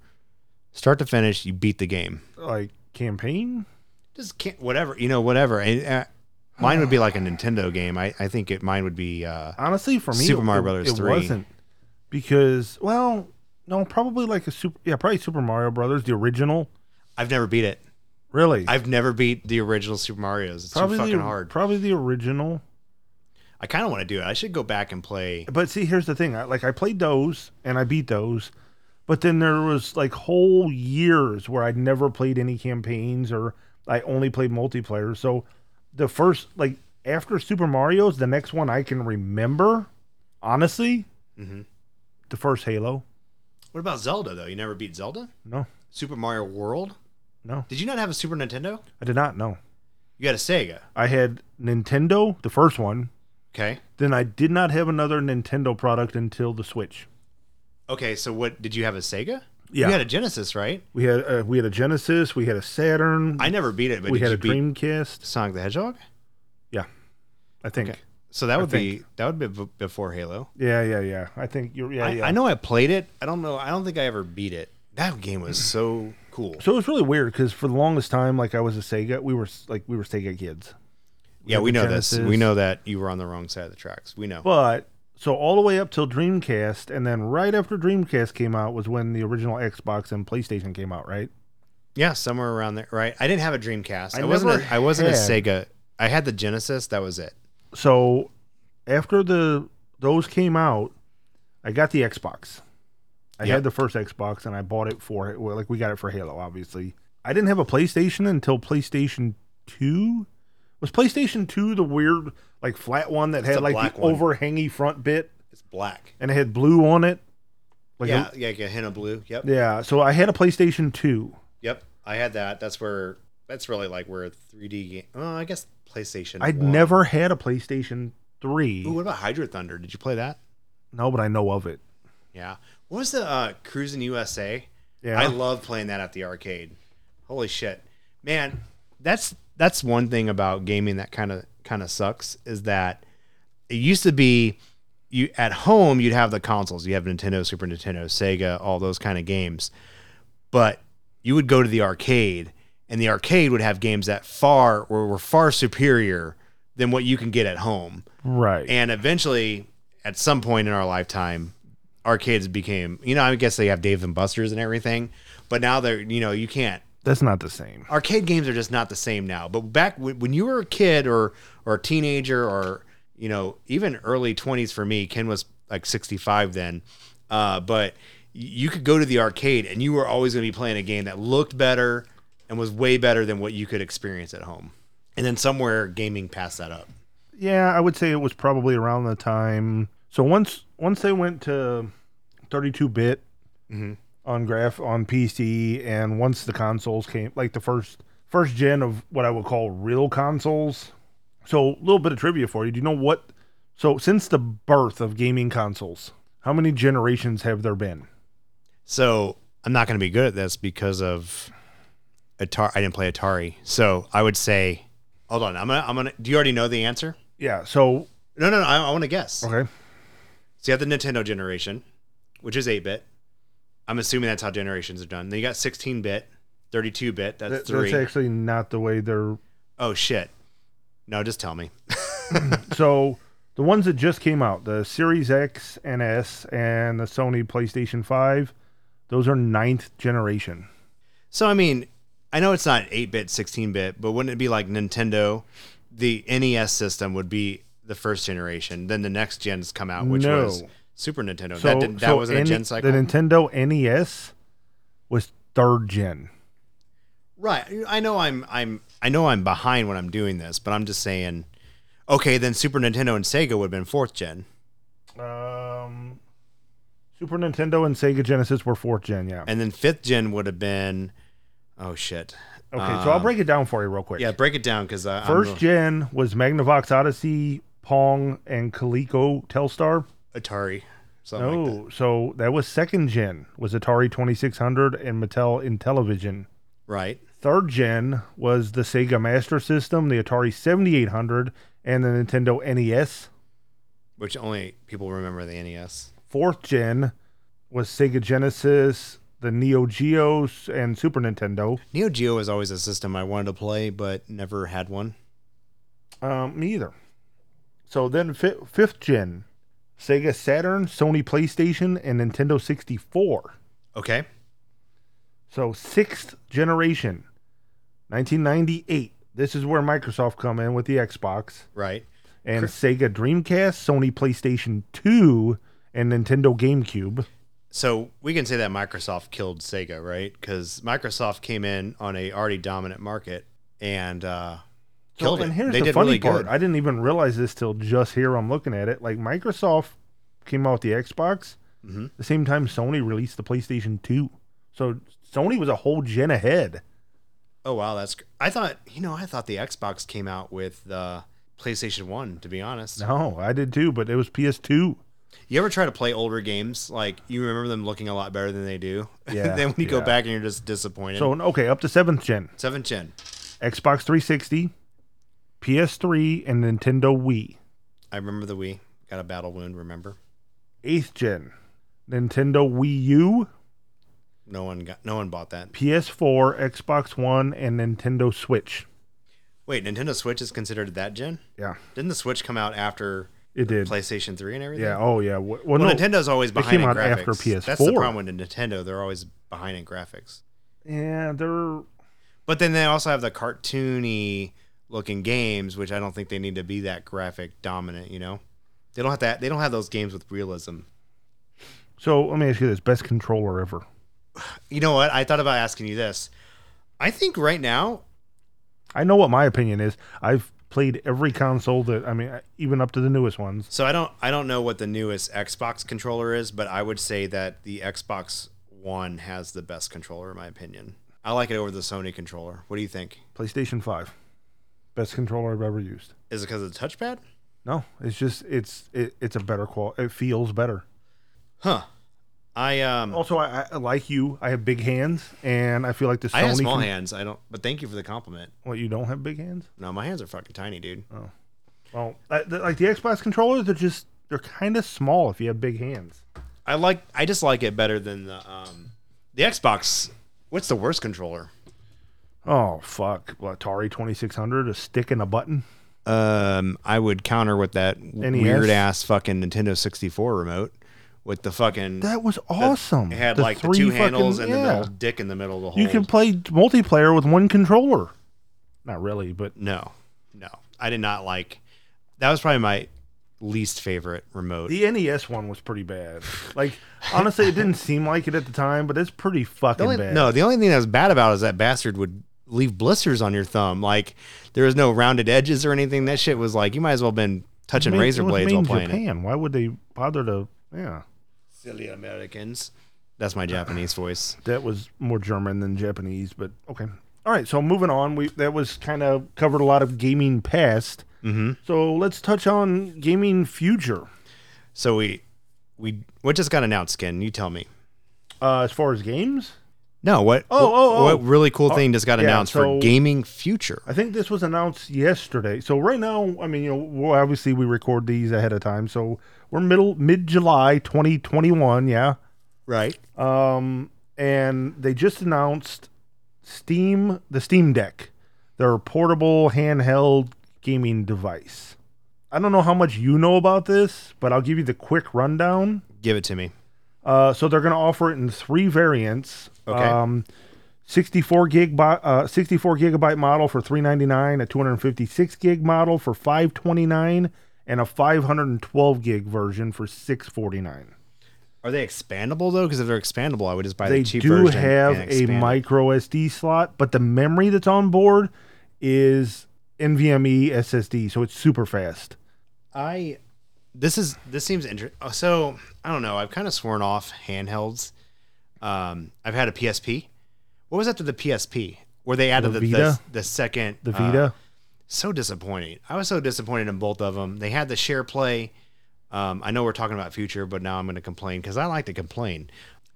B: Start to finish, you beat the game.
A: Like campaign.
B: Just can't, whatever, you know, whatever. And, uh, mine would be like a Nintendo game. I, I think it mine would be uh,
A: Honestly, for me,
B: Super
A: it-
B: Mario
A: it-
B: Brothers
A: it
B: 3.
A: wasn't because well, no, probably like a super. Yeah, probably Super Mario Brothers, the original.
B: I've never beat it.
A: Really,
B: I've never beat the original Super Mario's. It's
A: probably
B: too fucking
A: the,
B: hard.
A: Probably the original.
B: I kind of want to do it. I should go back and play.
A: But see, here's the thing. I, like I played those and I beat those, but then there was like whole years where I never played any campaigns or I only played multiplayer. So the first like after Super Mario's, the next one I can remember, honestly,
B: Mhm.
A: the first Halo.
B: What about Zelda though? You never beat Zelda?
A: No,
B: Super Mario World?
A: No.
B: Did you not have a Super Nintendo?
A: I did not know.
B: You had a Sega.
A: I had Nintendo, the first one.
B: Okay.
A: Then I did not have another Nintendo product until the Switch.
B: Okay. So what did you have a Sega?
A: Yeah.
B: You had a Genesis, right?
A: We had uh, we had a Genesis, we had a Saturn,
B: I never beat it, but
A: we
B: did
A: had
B: you
A: a
B: beat
A: Dreamcast.
B: Sonic the Hedgehog?
A: I think.
B: Okay. So that would be
A: think.
B: that would be b- before Halo.
A: Yeah, yeah, yeah. I think you're. Yeah,
B: I,
A: yeah.
B: I know I played it. I don't know. I don't think I ever beat it. That game was so cool.
A: So it was really weird because for the longest time, like I was a Sega. We were s- like we were Sega kids.
B: Yeah,
A: had
B: we
A: the
B: know this.
A: Genesis.
B: We know that you were on the wrong side of the tracks. We know.
A: But so all the way up till Dreamcast, and then right after Dreamcast came out was when the original Xbox and PlayStation came out. Right?
B: yeah, somewhere around there, right? I didn't have a Dreamcast.
A: I
B: I, wasn't.
A: never
B: A, I wasn't a
A: had-
B: Sega. I had the Genesis. That was it.
A: So after the those came out, I got the Xbox. I
B: Yep.
A: had the first Xbox, and I bought it for it. Well, like we got it for Halo, obviously. I didn't have a PlayStation until PlayStation Two. Was PlayStation Two the weird like flat one that
B: the
A: had like
B: black
A: the
B: one.
A: overhangy front bit?
B: It's black.
A: and it had blue on it. Like
B: yeah,
A: a-
B: yeah, yeah. Hint of blue. Yep.
A: yeah. So I had a PlayStation 2.
B: Yep. I had that. That's where. That's really like where 3D game. Oh, I guess PlayStation.
A: I'd
B: one.
A: never had a PlayStation 3.
B: Ooh, what about Hydro Thunder? Did you play that?
A: No, but I know of it.
B: Yeah. What was the uh, Cruising USA?
A: Yeah.
B: I love playing that at the arcade. Holy shit, man! That's that's one thing about gaming that kind of kind of sucks is that it used to be you at home you'd have the consoles, you have Nintendo, Super Nintendo, Sega, all those kind of games, but you would go to the arcade and the arcade would have games that far were, were far superior than what you can get at home.
A: right.
B: And eventually, at some point in our lifetime, arcades became, you know, I guess they have Dave and Buster's and everything, but now they're, you know, you can't.
A: That's not the same.
B: Arcade games are just not the same now. But back when when you were a kid or or a teenager or you know even early twenties for me, Ken was like sixty five then. Uh, but you could go to the arcade and you were always going to be playing a game that looked better and was way better than what you could experience at home. And then somewhere gaming passed that up.
A: Yeah, I would say it was probably around the time. So once once they went to 32 bit Mm-hmm.
B: Mhm.
A: on graph on PC, and once the consoles came, like the first first gen of what I would call real consoles. So a little bit of trivia for you. Do you know what? So since the birth of gaming consoles, how many generations have there been?
B: So I'm not going to be good at this because of Atari. I didn't play Atari, so I would say, hold on. I'm gonna. I'm gonna. Do you already know the answer?
A: Yeah. So
B: No, no, no. I, I want to guess.
A: okay.
B: So you have the Nintendo generation, which is 8 bit. I'm assuming that's how generations are done. Then you got 16 bit, 32 bit. That's
A: That-
B: three.
A: that's actually not the way they're.
B: Oh, shit. No, just tell me.
A: So the ones that just came out, the Series X and S, and the Sony PlayStation Five, those are ninth generation.
B: So, I mean, I know it's not 8 bit, 16 bit, but wouldn't it be like Nintendo? The NES system would be the first generation. Then the next gens come out, which
A: No.
B: was Super Nintendo.
A: So
B: that didn't, that
A: so
B: wasn't a
A: any-
B: gen cycle.
A: The Nintendo NES was third gen.
B: Right. I know I'm I'm I know I'm behind when I'm doing this, but I'm just saying okay, then Super Nintendo and Sega would have been fourth gen.
A: Um, Super Nintendo and Sega Genesis were fourth gen. Yeah.
B: And then fifth gen would have been oh shit.
A: Okay. so I'll
B: Um,
A: break it down for you real quick.
B: Yeah, break it down cuz I
A: First
B: I'm
A: gen was Magnavox Odyssey, Pong, and Coleco Telstar.
B: a- Atari. Something
A: No,
B: like that.
A: so that was second gen was Atari 2600 and Mattel Intellivision.
B: Right.
A: Third gen was the Sega Master System, the Atari 7800, and the Nintendo E NES.
B: Which only people remember the E NES.
A: Fourth gen was Sega Genesis, the Neo Geos, and Super Nintendo.
B: Neo Geo was always a system I wanted to play but never had one.
A: Um, me either. So then fi- fifth gen, Sega Saturn, Sony PlayStation, and Nintendo 64.
B: Okay.
A: So sixth generation, 1998. This is where Microsoft come in with the Xbox
B: Right.
A: and Sega Dreamcast, Sony PlayStation 2, and Nintendo GameCube.
B: so we can say that Microsoft killed Sega, right? Because Microsoft came in on a already dominant market and uh,
A: So,
B: killed it.
A: and here's
B: they
A: the
B: did
A: funny
B: really
A: part.
B: good.
A: I didn't even realize this till just here. I'm looking at it. Like Microsoft came out with the Xbox
B: Mhm.
A: the same time Sony released the PlayStation 2. So Sony was a whole gen ahead.
B: oh wow, that's. cr- I thought you know I thought the Xbox came out with the PlayStation One. To be honest,
A: No, I did too, but it was PS2.
B: you ever try to play older games like you remember them looking a lot better than they do?
A: Yeah,
B: then when you go
A: yeah.
B: back and you're just disappointed.
A: So okay, up to seventh gen.
B: seventh gen,
A: Xbox 360, PS3, and Nintendo Wii.
B: I remember the Wii got a battle wound. Remember,
A: Eighth gen, Nintendo Wii U,
B: no one got no one bought that.
A: PS4, Xbox One, and Nintendo Switch.
B: Wait, Nintendo Switch is considered that gen?
A: Yeah,
B: Didn't the Switch come out after
A: it did.
B: PlayStation Three and everything?
A: Yeah. Oh yeah. Well,
B: Well,
A: no.
B: Nintendo's always behind
A: came
B: in
A: out
B: graphics.
A: after PS4.
B: That's the problem with Nintendo; they're always behind in graphics.
A: yeah, they're
B: But then they also have the cartoony looking games, which I don't think they need to be that graphic dominant. You know, they don't have that. They don't have those games with realism.
A: so. Let me ask you this: best controller ever?
B: You know what? I thought about asking you this. I think right now,
A: I know what my opinion is. I've played every console that I mean, even up to the newest ones.
B: so I don't. I don't know what the newest Xbox controller is, but I would say that the Xbox One has the best controller, in my opinion. I like it over the Sony controller. What do you think?
A: PlayStation Five, best controller I've ever used.
B: Is it because of the touchpad?
A: No, it's just it's it, it's a better qual. It feels better.
B: Huh. I um.
A: Also, I, I like you. I have big hands, and I feel like the Sony.
B: I have small
A: con-
B: hands. I don't. But thank you for the compliment.
A: What you don't have big hands?
B: No, my hands are fucking tiny, dude.
A: Oh. Well, I, the, like the Xbox controllers, they're just they're kind of small if you have big hands.
B: I like. I just like it better than the um, the Xbox. What's the worst controller?
A: Oh fuck! Well, Atari twenty six hundred, a stick and a button.
B: Um, I would counter with that
A: NES?
B: weird ass fucking Nintendo sixty four remote with the fucking.
A: That was awesome.
B: it had
A: The
B: like the
A: three
B: two
A: fucking-
B: handles and the
A: yeah.
B: little dick in the middle to hold.
A: You can play multiplayer with one controller. Not really, but
B: no, no, I did not like. That was probably my least favorite remote.
A: the NES one was pretty bad. Like honestly, it didn't seem like it at the time, but it's pretty fucking
B: The only-
A: bad.
B: No, the only thing that was bad about it is that bastard would leave blisters on your thumb. Like there was no rounded edges or anything. That shit was like you might as well have been touching
A: Ma-
B: razor
A: it was
B: blades
A: made
B: while
A: in
B: playing it.
A: Japan. Why would they bother to? Yeah,
B: Silly Americans. That's my Japanese voice.
A: that was more German than Japanese, but okay. All right, so moving on, we that was kind of covered a lot of gaming past. Mm-hmm. So let's touch on gaming future.
B: So we we what just got announced, Ken? You tell me.
A: Uh, as far as games,
B: No, what?
A: Oh, oh, oh.
B: What really cool thing just got
A: yeah,
B: announced
A: so-
B: for gaming future?
A: I think this was announced yesterday. So right now, I mean, you know, well, obviously we record these ahead of time, so we're middle mid July 2021. Yeah.
B: Right.
A: Um, and they just announced Steam, the Steam Deck, their portable handheld gaming device. I don't know how much you know about this, but I'll give you the quick rundown.
B: Give it to me.
A: Uh, so they're going to offer it in three variants.
B: Okay.
A: Um, 64 gig bo- uh, 64 gigabyte model for 399, a 256 gig model for 529, and a 512 gig version for 649.
B: Are they expandable though? Because if they're expandable, I would just buy
A: They
B: the cheap
A: do
B: version
A: have
B: and
A: a
B: expand it.
A: micro SD slot, but the memory that's on board is NVMe SSD, so it's super fast.
B: I this is this seems interesting. So I don't know. I've kind of sworn off handhelds. Um, I've had a PSP. What was after the PSP? Where they added the
A: The
B: the,
A: Vita?
B: the, second
A: The
B: uh,
A: Vita.
B: so disappointing. I was so disappointed in both of them. They had the share play. Um, I know we're talking about future, but now I'm going to complain because I like to complain.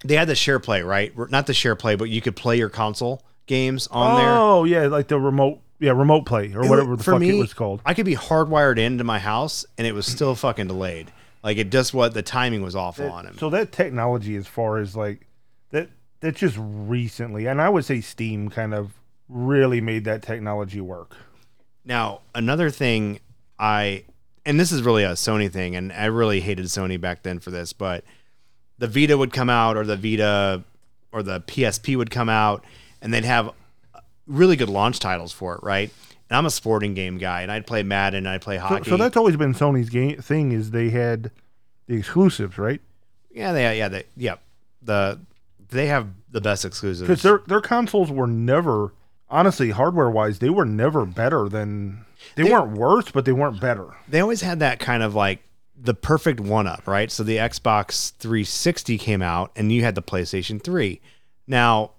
B: They had the share play, right? We're- Not the share play, but you could play your console games on there.
A: oh yeah, like the remote, yeah, remote play or
B: It
A: whatever
B: was-
A: the
B: for
A: fuck it
B: me,
A: was called.
B: I could be hardwired into my house and it was still fucking delayed. Like it just what the timing was awful on him.
A: So that technology, as far as like that, that's just recently, and I would say Steam kind of really made that technology work.
B: Now, another thing I and this is really a Sony thing and I really hated Sony back then for this, but the Vita would come out or the Vita or the PSP would come out and they'd have really good launch titles for it, right? And I'm a sporting game guy and I'd play Madden and I'd play
A: So,
B: hockey.
A: so that's always been Sony's game thing is they had the exclusives, right?
B: yeah, they yeah, they yeah. The they have the best exclusives.
A: Because their their consoles were never, honestly, hardware wise, they were never better than they, weren't worse, but they weren't better.
B: they always had that kind of like the perfect one up, right? So the Xbox 360 came out and you had the PlayStation 3. Now,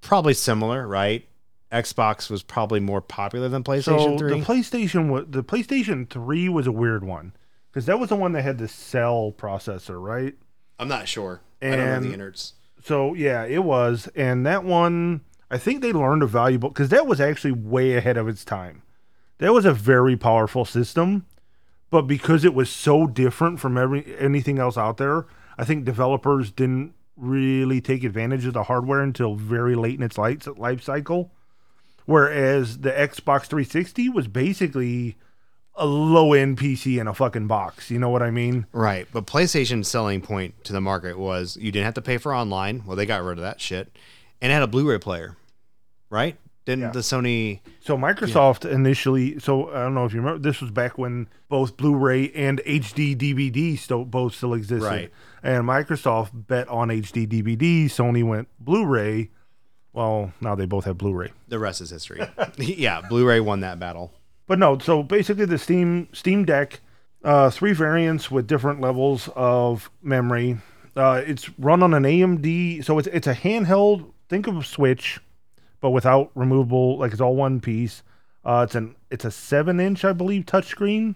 B: probably similar, right? Xbox was probably more popular than
A: So
B: PlayStation
A: the
B: 3.
A: PlayStation was the PlayStation Three was a weird one because that was the one that had the cell processor, right?
B: I'm not sure. I don't know the
A: And-
B: innards.
A: So yeah, it was, and that one I think they learned a valuable because that was actually way ahead of its time. That was a very powerful system, but because it was so different from every anything else out there, I think developers didn't really take advantage of the hardware until very late in its life, life cycle. Whereas the Xbox 360 was basically a low end PC in a fucking box. You know what I mean?
B: Right. But PlayStation's selling point to the market was you didn't have to pay for online. Well, they got rid of that shit and it had a Blu ray player, right? Didn't
A: Yeah.
B: the Sony.
A: So Microsoft initially, so I don't know if you remember, this was back when both Blu-ray and HD DVD still both still existed,
B: Right.
A: and Microsoft bet on HD DVD. Sony went Blu-ray. Well, now they both have Blu-ray.
B: The rest is history. yeah, Blu ray won that battle.
A: But no, so basically the Steam Steam Deck, uh, three variants with different levels of memory. Uh, it's run on an AMD, so it's it's a handheld. Think of a Switch, but without removable. Like it's all one piece. Uh, it's an it's a seven inch, I believe, touchscreen.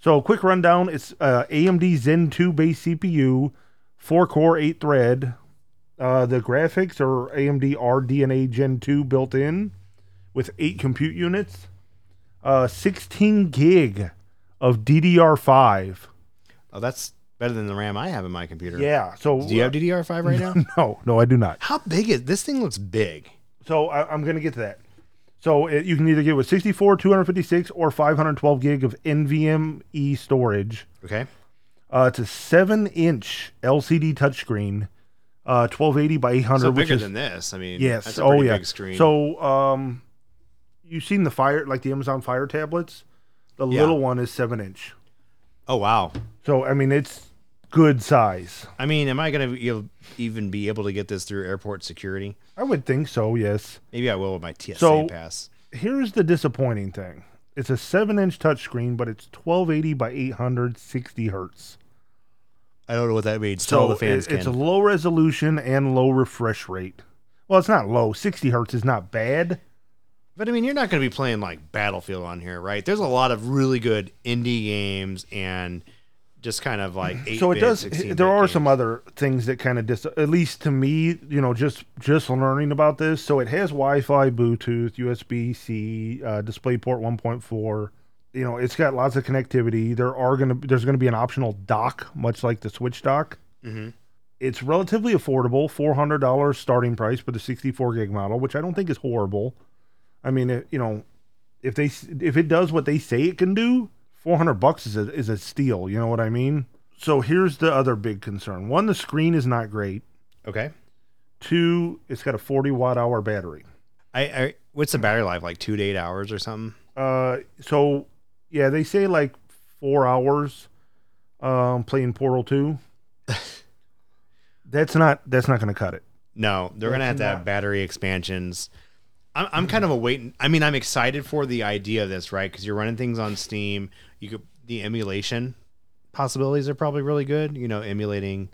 A: So quick rundown: it's uh, AMD Zen 2 based CPU, four core, eight thread. Uh, the graphics are AMD RDNA Gen 2 built in, with eight compute units uh, 16 gig of DDR5.
B: Oh, that's better than the RAM I have in my computer.
A: Yeah. So
B: Do you have DDR5 right now?
A: no, no, I do not.
B: How big is this thing? Looks big.
A: So I, I'm going to get to that. So it, you can either get with 64, 256, or 512 gig of NVMe storage.
B: Okay.
A: Uh, it's a seven-inch LCD touchscreen, uh, 1280 by 800,
B: So
A: which
B: bigger
A: is
B: than this. I mean,
A: yes.
B: That's a
A: oh
B: pretty
A: yeah.
B: Big screen.
A: So um, you've seen the Fire, like the Amazon Fire tablets. The
B: Yeah.
A: little one is seven-inch.
B: oh wow.
A: So I mean, it's good size.
B: I mean, am I gonna be- even be able to get this through airport security?
A: I would think so. Yes.
B: Maybe I will with my TSA
A: So-
B: pass.
A: here's the disappointing thing it's a 7 inch touchscreen but it's 1280 by 860 hertz
B: I don't know what that means.
A: so
B: Tell the fans
A: it- it's a
B: can.
A: low resolution and low refresh rate well it's not low 60 hertz is not bad
B: but I mean, you're not gonna be playing like Battlefield on here, right? There's a lot of really good indie games and just kind of like eight.
A: so it
B: bit,
A: does
B: 16
A: there
B: bit
A: are
B: games.
A: some other things that kind of dis at least to me you know just just learning about this so it has wi-fi bluetooth usb-c uh, display port 1.4 you know it's got lots of connectivity there are gonna there's gonna be an optional dock much like the switch dock
B: Mhm.
A: it's relatively affordable $400 starting price for the 64 gig model which i don't think is horrible i mean it, you know if they s- if it does what they say it can do 400 bucks is a, is a steal you know what i mean so here's the other big concern one the screen is not great
B: Okay.
A: two it's got a 40 watt hour battery
B: I, I what's the battery life like? Two to eight hours or something.
A: uh so yeah they say like four hours um playing portal 2 that's not that's not gonna cut it
B: No, they're
A: Yeah,
B: gonna have to have
A: cannot.
B: battery expansions. I'm, I'm kind of a waiting. I mean, I'm excited for the idea of this, right? Because you're running things on Steam. You could the emulation possibilities are probably really good. You know, emulating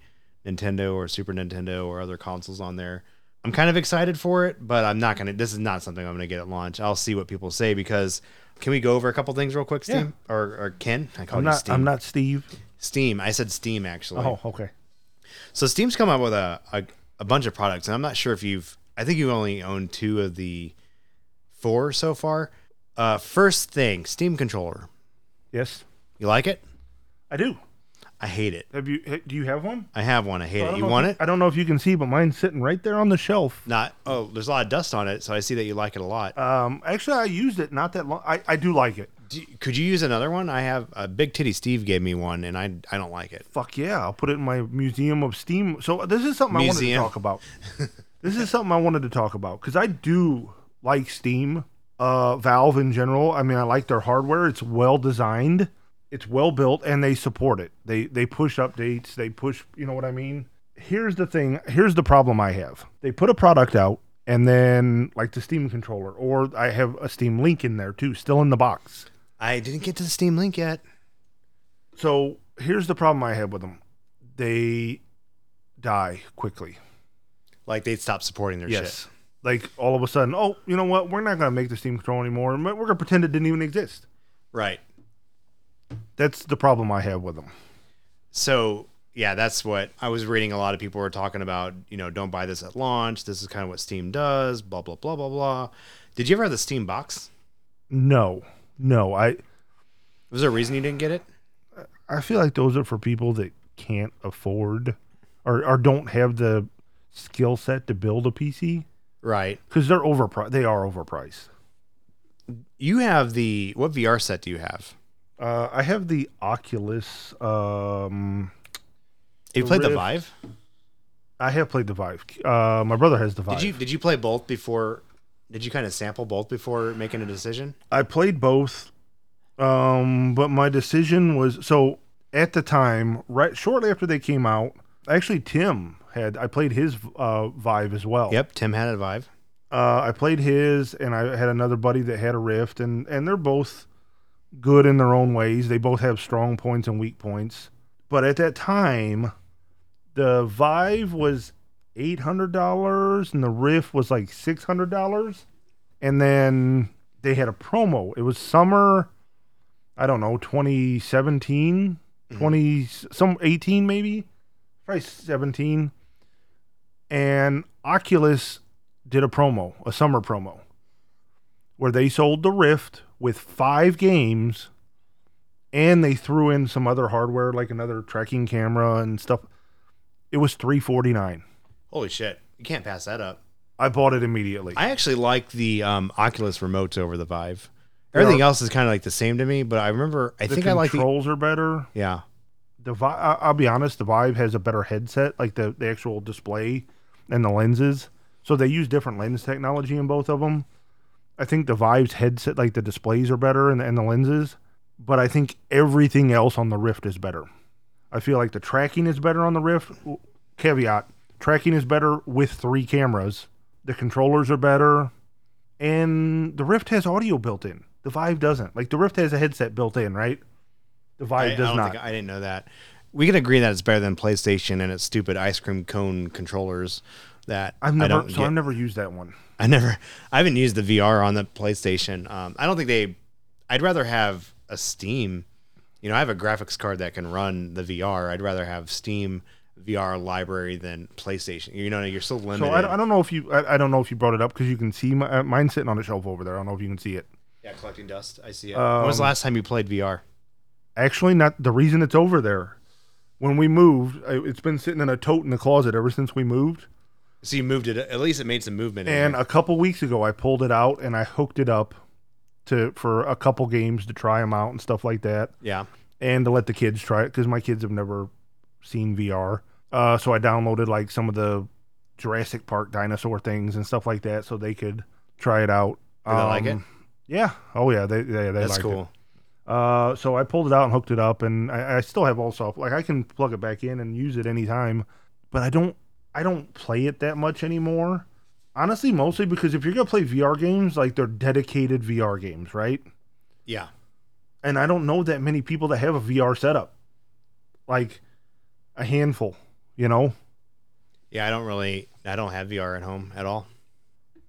B: Nintendo or Super Nintendo or other consoles on there. I'm kind of excited for it, but I'm not gonna. This is not something I'm gonna get at launch. I'll see what people say because. Can we go over a couple things real quick, Steam or, or Ken? I call
A: i'm
B: Oh, you
A: not
B: Steam.
A: i'm not steve
B: Steam. I said Steam actually.
A: oh okay
B: So Steam's come out with a, a a bunch of products, and I'm not sure if you've. I think you only own two of the four so far. Uh, first thing, Steam controller.
A: yes
B: You like it?
A: i do
B: I hate it.
A: have you do you have one
B: I have one. I hate
A: I
B: it.
A: don't
B: You
A: know if
B: want it?
A: i don't know if you can see but mine's sitting right there on the shelf
B: Not. Oh, there's a lot of dust on it, so I see that you like it a lot.
A: um actually i used it not that long i i do like it
B: Do, could you use another one? I have a big titty Steve gave me one, and I I don't like it.
A: Fuck yeah, I'll put it in my museum of steam. So uh, this is something
B: Museum.
A: I wanted to talk about. this is something I wanted to talk about because I do like Steam, uh, Valve in general. I mean, I like their hardware. It's well designed, it's well built, and they support it. They they push updates. They push. You know what I mean? Here's the thing. Here's the problem I have. They put a product out. And then, like the Steam controller, or I have a Steam Link in there too, still in the box.
B: I didn't get to the Steam Link yet.
A: So here's the problem I have with them. They die quickly.
B: Like they'd stop supporting their shit.
A: Like all of a sudden, oh, you know what? We're not going to make the Steam control anymore. We're going to pretend it didn't even exist.
B: Right.
A: That's the problem I have with them.
B: so yeah that's what i was reading a lot of people were talking about you know don't buy this at launch this is kind of what steam does blah blah blah blah blah did you ever have the steam box
A: No. No, I
B: was there a reason you didn't get it
A: I feel like those are for people that can't afford or, or don't have the skill set to build a PC
B: right
A: cuz they're overpriced. They are overpriced.
B: you have the what vr set do you have
A: Uh, I have the Oculus um
B: have you played the
A: Rift.
B: vive
A: I have played the Vive. Uh, my brother has the Vive.
B: did you did you play both before did you kind of sample both before making a decision
A: I played both, um, but my decision was so at the time, right shortly after they came out. Actually, Tim had I played his uh, Vive as well.
B: yep tim had a vive
A: Uh, I played his, and I had another buddy that had a Rift, and and they're both good in their own ways. They both have strong points and weak points. But at that time, the Vive was eight hundred dollars, and the Rift was like six hundred dollars. And then they had a promo. It was summer, I don't know, 2017, 20 some 18 maybe, probably 17. And Oculus did a promo, a summer promo, where they sold the Rift with five games and they threw in some other hardware like another tracking camera and stuff. It was 349.
B: holy shit you can't pass that up
A: I bought it immediately.
B: I actually like the um, Oculus remotes over the Vive. Everything else is kind of like the same to me, but I remember I
A: the
B: think I like the
A: controls are better.
B: yeah.
A: The Vi- I- I'll be honest, the Vive has a better headset, like the, the actual display and the lenses. So they use different lens technology in both of them. I think the Vive's headset, like the displays, are better and, and the lenses, but I think everything else on the Rift is better. I feel like the tracking is better on the Rift. W- Caveat: tracking is better with three cameras. The controllers are better, and the Rift has audio built in. The Vive doesn't. Like the Rift has a headset built in, right? The Vive
B: I, I
A: does
B: don't
A: not.
B: Think, I didn't know that. We can agree that it's better than PlayStation and its stupid ice cream cone controllers. That
A: I've
B: I
A: never
B: don't
A: so
B: get.
A: I've never used that one.
B: I never. I haven't used the VR on the PlayStation. Um, I don't think they. I'd rather have a Steam you know, I have a graphics card that can run the VR. I'd rather have Steam VR library than PlayStation. You know, you're still limited.
A: So I, don't- I don't know if you I, I don't know if you brought it up because you can see my, uh, mine sitting on a shelf over there. I don't know if you can see it.
B: yeah, collecting dust. I see it. when was the
A: Um,
B: last time you played VR?
A: Actually, not the reason it's over there. When we moved, I, it's been sitting in a tote in the closet ever since we moved.
B: So you moved it. At least it made some movement. in
A: And
B: there.
A: a couple weeks ago, I pulled it out and I hooked it up to for a couple games to try them out and stuff like that,
B: yeah,
A: and to let the kids try it because my kids have never seen VR. Uh, so I downloaded like some of the Jurassic Park dinosaur things and stuff like that, so they could try it out. Um,
B: Did they like it?
A: Yeah. Oh yeah. They they, they
B: that's
A: liked it.
B: cool.
A: Uh, so I pulled it out and hooked it up, and I, I still have all soft. Like I can plug it back in and use it anytime, but I don't. I don't play it that much anymore. Honestly, mostly because if you're gonna play VR games, like they're dedicated VR games, right?
B: Yeah,
A: And I don't know that many people that have a VR setup, like a handful. You know,
B: yeah. I don't really. I don't have VR at home at all.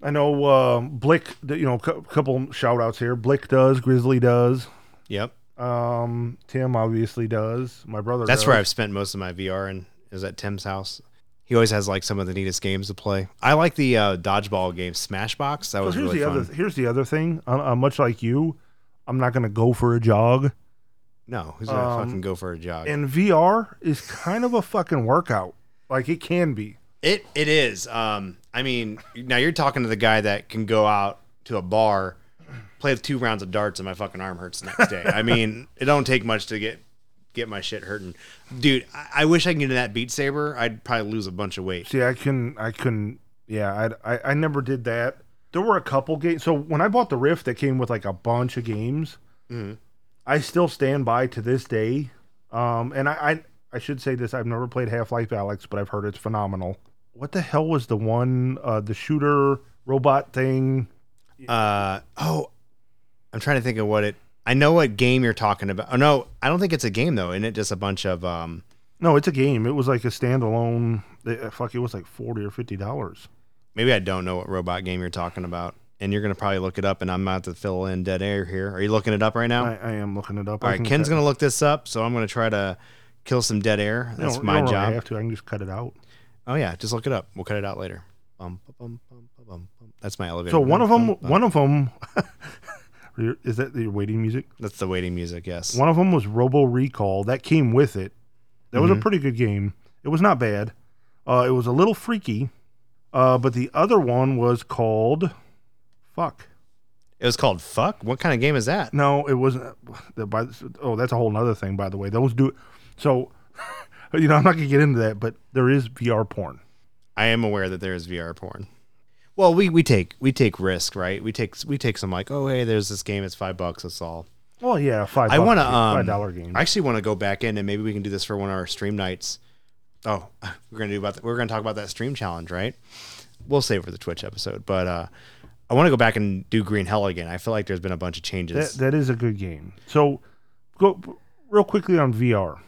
A: I know uh, Blick. You know, a couple shout outs here. Blick does, Grizzly does,
B: Yep.
A: um, Tim obviously does. My brother.
B: That's
A: does.
B: where I've spent most of my VR and is at Tim's house. He always has like some of the neatest games to play. I like the uh, dodgeball game Smashbox. That
A: So
B: was
A: Oh, here's
B: really
A: the
B: fun.
A: other here's the other thing. Uh, uh, much like you, I'm not going to go for a jog.
B: no, who's gonna
A: Um,
B: fucking go for a jog?
A: And VR is kind of a fucking workout. Like it can be.
B: It it is. Um, I mean, now you're talking to the guy that can go out to a bar, play two rounds of darts, and my fucking arm hurts the next day. I mean, it don't take much to get get my shit hurting, dude. I, I wish I could get into that Beat Saber. I'd probably lose a bunch of weight.
A: See, I can I couldn't. Yeah, I, I I never did that. There were a couple games. So when I bought the Rift that came with like a bunch of games,
B: Mhm.
A: I still stand by to this day. Um, and I, I I should say this: I've never played Half Life Alex, but I've heard it's phenomenal. What the hell was the one uh, the shooter robot thing?
B: Uh, oh, I'm trying to think of what it. I know what game you're talking about. Oh no, I don't think it's a game though. Isn't it just a bunch of um?
A: No, it's a game. It was like a standalone. eh, Fuck, it was like forty or fifty dollars.
B: Maybe I don't know what robot game you're talking about. And you're gonna probably look it up, and I'm about to fill in dead air here. Are you looking it up right now?
A: I, I am looking it up.
B: All right, Ken's gonna look this up, so I'm gonna try to kill some dead air. That's my
A: I
B: job.
A: have to. I can just cut it out.
B: Oh yeah, just look it up. We'll cut it out later. Bum, ba, bum, bum, ba, bum, bum. That's my elevator.
A: So one
B: Bum,
A: of them,
B: bum, bum.
A: one of them, is that the waiting music?
B: That's the waiting music. Yes.
A: One of them was Robo Recall. That came with it. That
B: Mm-hmm.
A: was a pretty good game. It was not bad. Uh, it was a little freaky, uh, but the other one was called Fuck.
B: It was called "Fuck." What kind of game is that?
A: No, it wasn't. the- By oh, that's a whole nother thing. By the way, those do. So, you know, I'm not gonna get into that, but there is VR porn.
B: I am aware that there is VR porn. Well, we we take we take risk, right? We take we take some like, oh hey, there's this game. It's five bucks. That's all.
A: Well, yeah, five.
B: I
A: bucks
B: want to
A: game-
B: um,
A: five dollar game.
B: I actually want to go back in and maybe we can do this for one of our stream nights. Oh, we're gonna do about we're gonna talk about that stream challenge, right? We'll save for the Twitch episode, but uh, I want to go back and do Green Hell again. I feel like there's been a bunch of
A: that,
B: changes.
A: that is a good game. So, go real quickly on VR.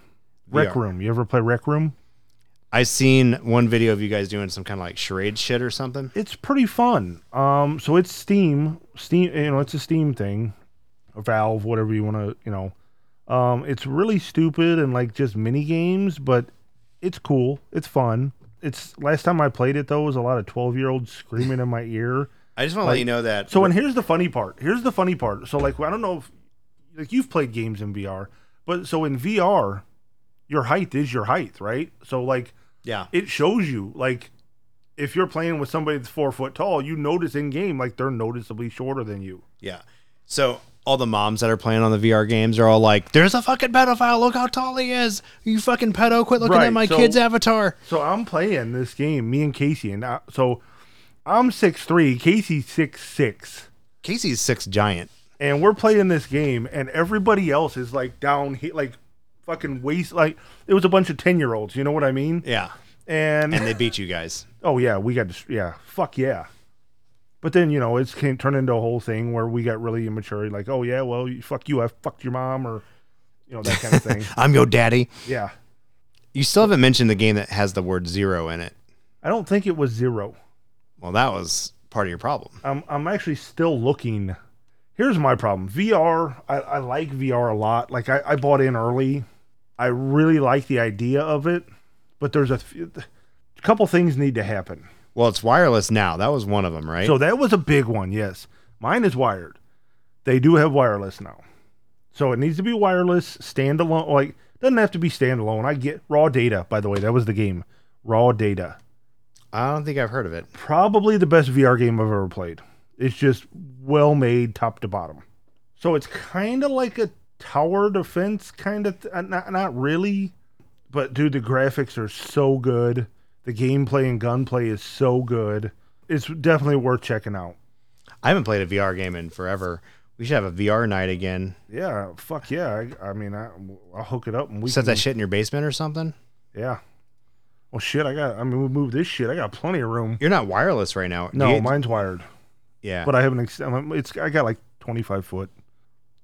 A: Rec
B: VR.
A: Room. You ever play Rec Room?
B: I've seen one video of you guys doing some kind of like charade shit or something.
A: It's pretty fun. Um, so it's Steam. Steam. You know, it's a Steam thing, or Valve, whatever you want to. You know, um, it's really stupid and like just mini games, but it's cool. It's fun. It's last time I played it though was a lot of twelve year olds screaming in my ear.
B: I just want to let you know that.
A: So, and here's the funny part. Here's the funny part. So, like, I don't know if, like, you've played games in VR, but so in VR, your height is your height, right? So, like,
B: yeah,
A: it shows you, like, if you're playing with somebody that's four foot tall, you notice in game, like, they're noticeably shorter than you.
B: yeah. So all the moms that are playing on the VR games are all like, "There's a fucking pedophile. Look how tall he is. You fucking pedo. Quit looking
A: Right,
B: at my
A: so-
B: kid's avatar."
A: So, I'm playing this game, me and Casey, and I, so I'm six three, Casey's six six.
B: Casey's six giant.
A: and we're playing this game, and everybody else is like down, he- like fucking waist, like it was a bunch of ten year olds. You know what I mean?
B: Yeah,
A: And,
B: and they beat you guys.
A: oh yeah, we got dis- yeah, fuck yeah. But then you know it's can turn into a whole thing where we got really immature, like oh yeah, well you- fuck you, I fucked your mom or you know that kind of thing.
B: I'm your daddy.
A: yeah,
B: You still haven't mentioned the game that has the word zero in it.
A: I don't think it was zero.
B: Well, that was part of your problem.
A: I'm I'm actually still looking here's my problem VR, I, I like VR a lot. Like, I, I bought in early. I really like the idea of it, but there's a, few, a couple things need to happen.
B: Well, it's wireless now. That was one of them, right?
A: So that was a big one, yes. Mine is wired. They do have wireless now. So it needs to be wireless, standalone. Like, doesn't have to be standalone. I get raw data, by the way. That was the game. Raw data.
B: I don't think I've heard of it.
A: Probably the best VR game I've ever played. It's just well made top to bottom. So it's kind of like a tower defense kind of th- uh, not not really, but dude, the graphics are so good. The gameplay and gunplay is so good. It's definitely worth checking out.
B: I haven't played a VR game in forever. We should have a VR night again.
A: Yeah, fuck yeah. I, I mean, I, I'll hook it up and we
B: Set
A: can-
B: that shit in your basement or something.
A: Yeah. Well, shit. I got. I mean, we moved this shit. I got plenty of room.
B: You're not wireless right now.
A: No,
B: You-
A: mine's wired,
B: yeah.
A: but I haven't. Ex- I'm- it's. I got like 25 foot.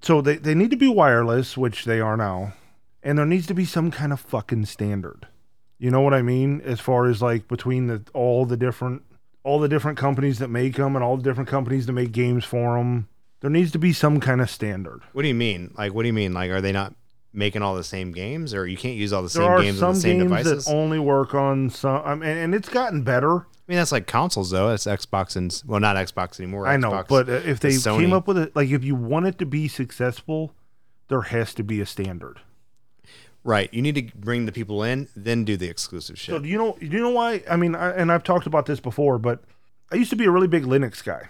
A: So they they need to be wireless, which they are now, and there needs to be some kind of fucking standard. You know what I mean? As far as like between the all the different all the different companies that make them and all the different companies that make games for them, there needs to be some kind of standard.
B: What do you mean? Like, what do you mean? Like, are they not making all the same games, or you can't use all the
A: There
B: same
A: are
B: games
A: some
B: on the same
A: games
B: devices?
A: that only work on some, um, and, and it's gotten better.
B: I mean, that's like consoles though. That's Xbox and s- well, not Xbox anymore.
A: I know,
B: Xbox.
A: but uh, if they
B: Sony.
A: came up with it, like if you want it to be successful, there has to be a standard.
B: right, you need to bring the people in, then do the exclusive shit.
A: So do you know? Do you know why? I mean, I, and I've talked about this before, but I used to be a really big Linux guy.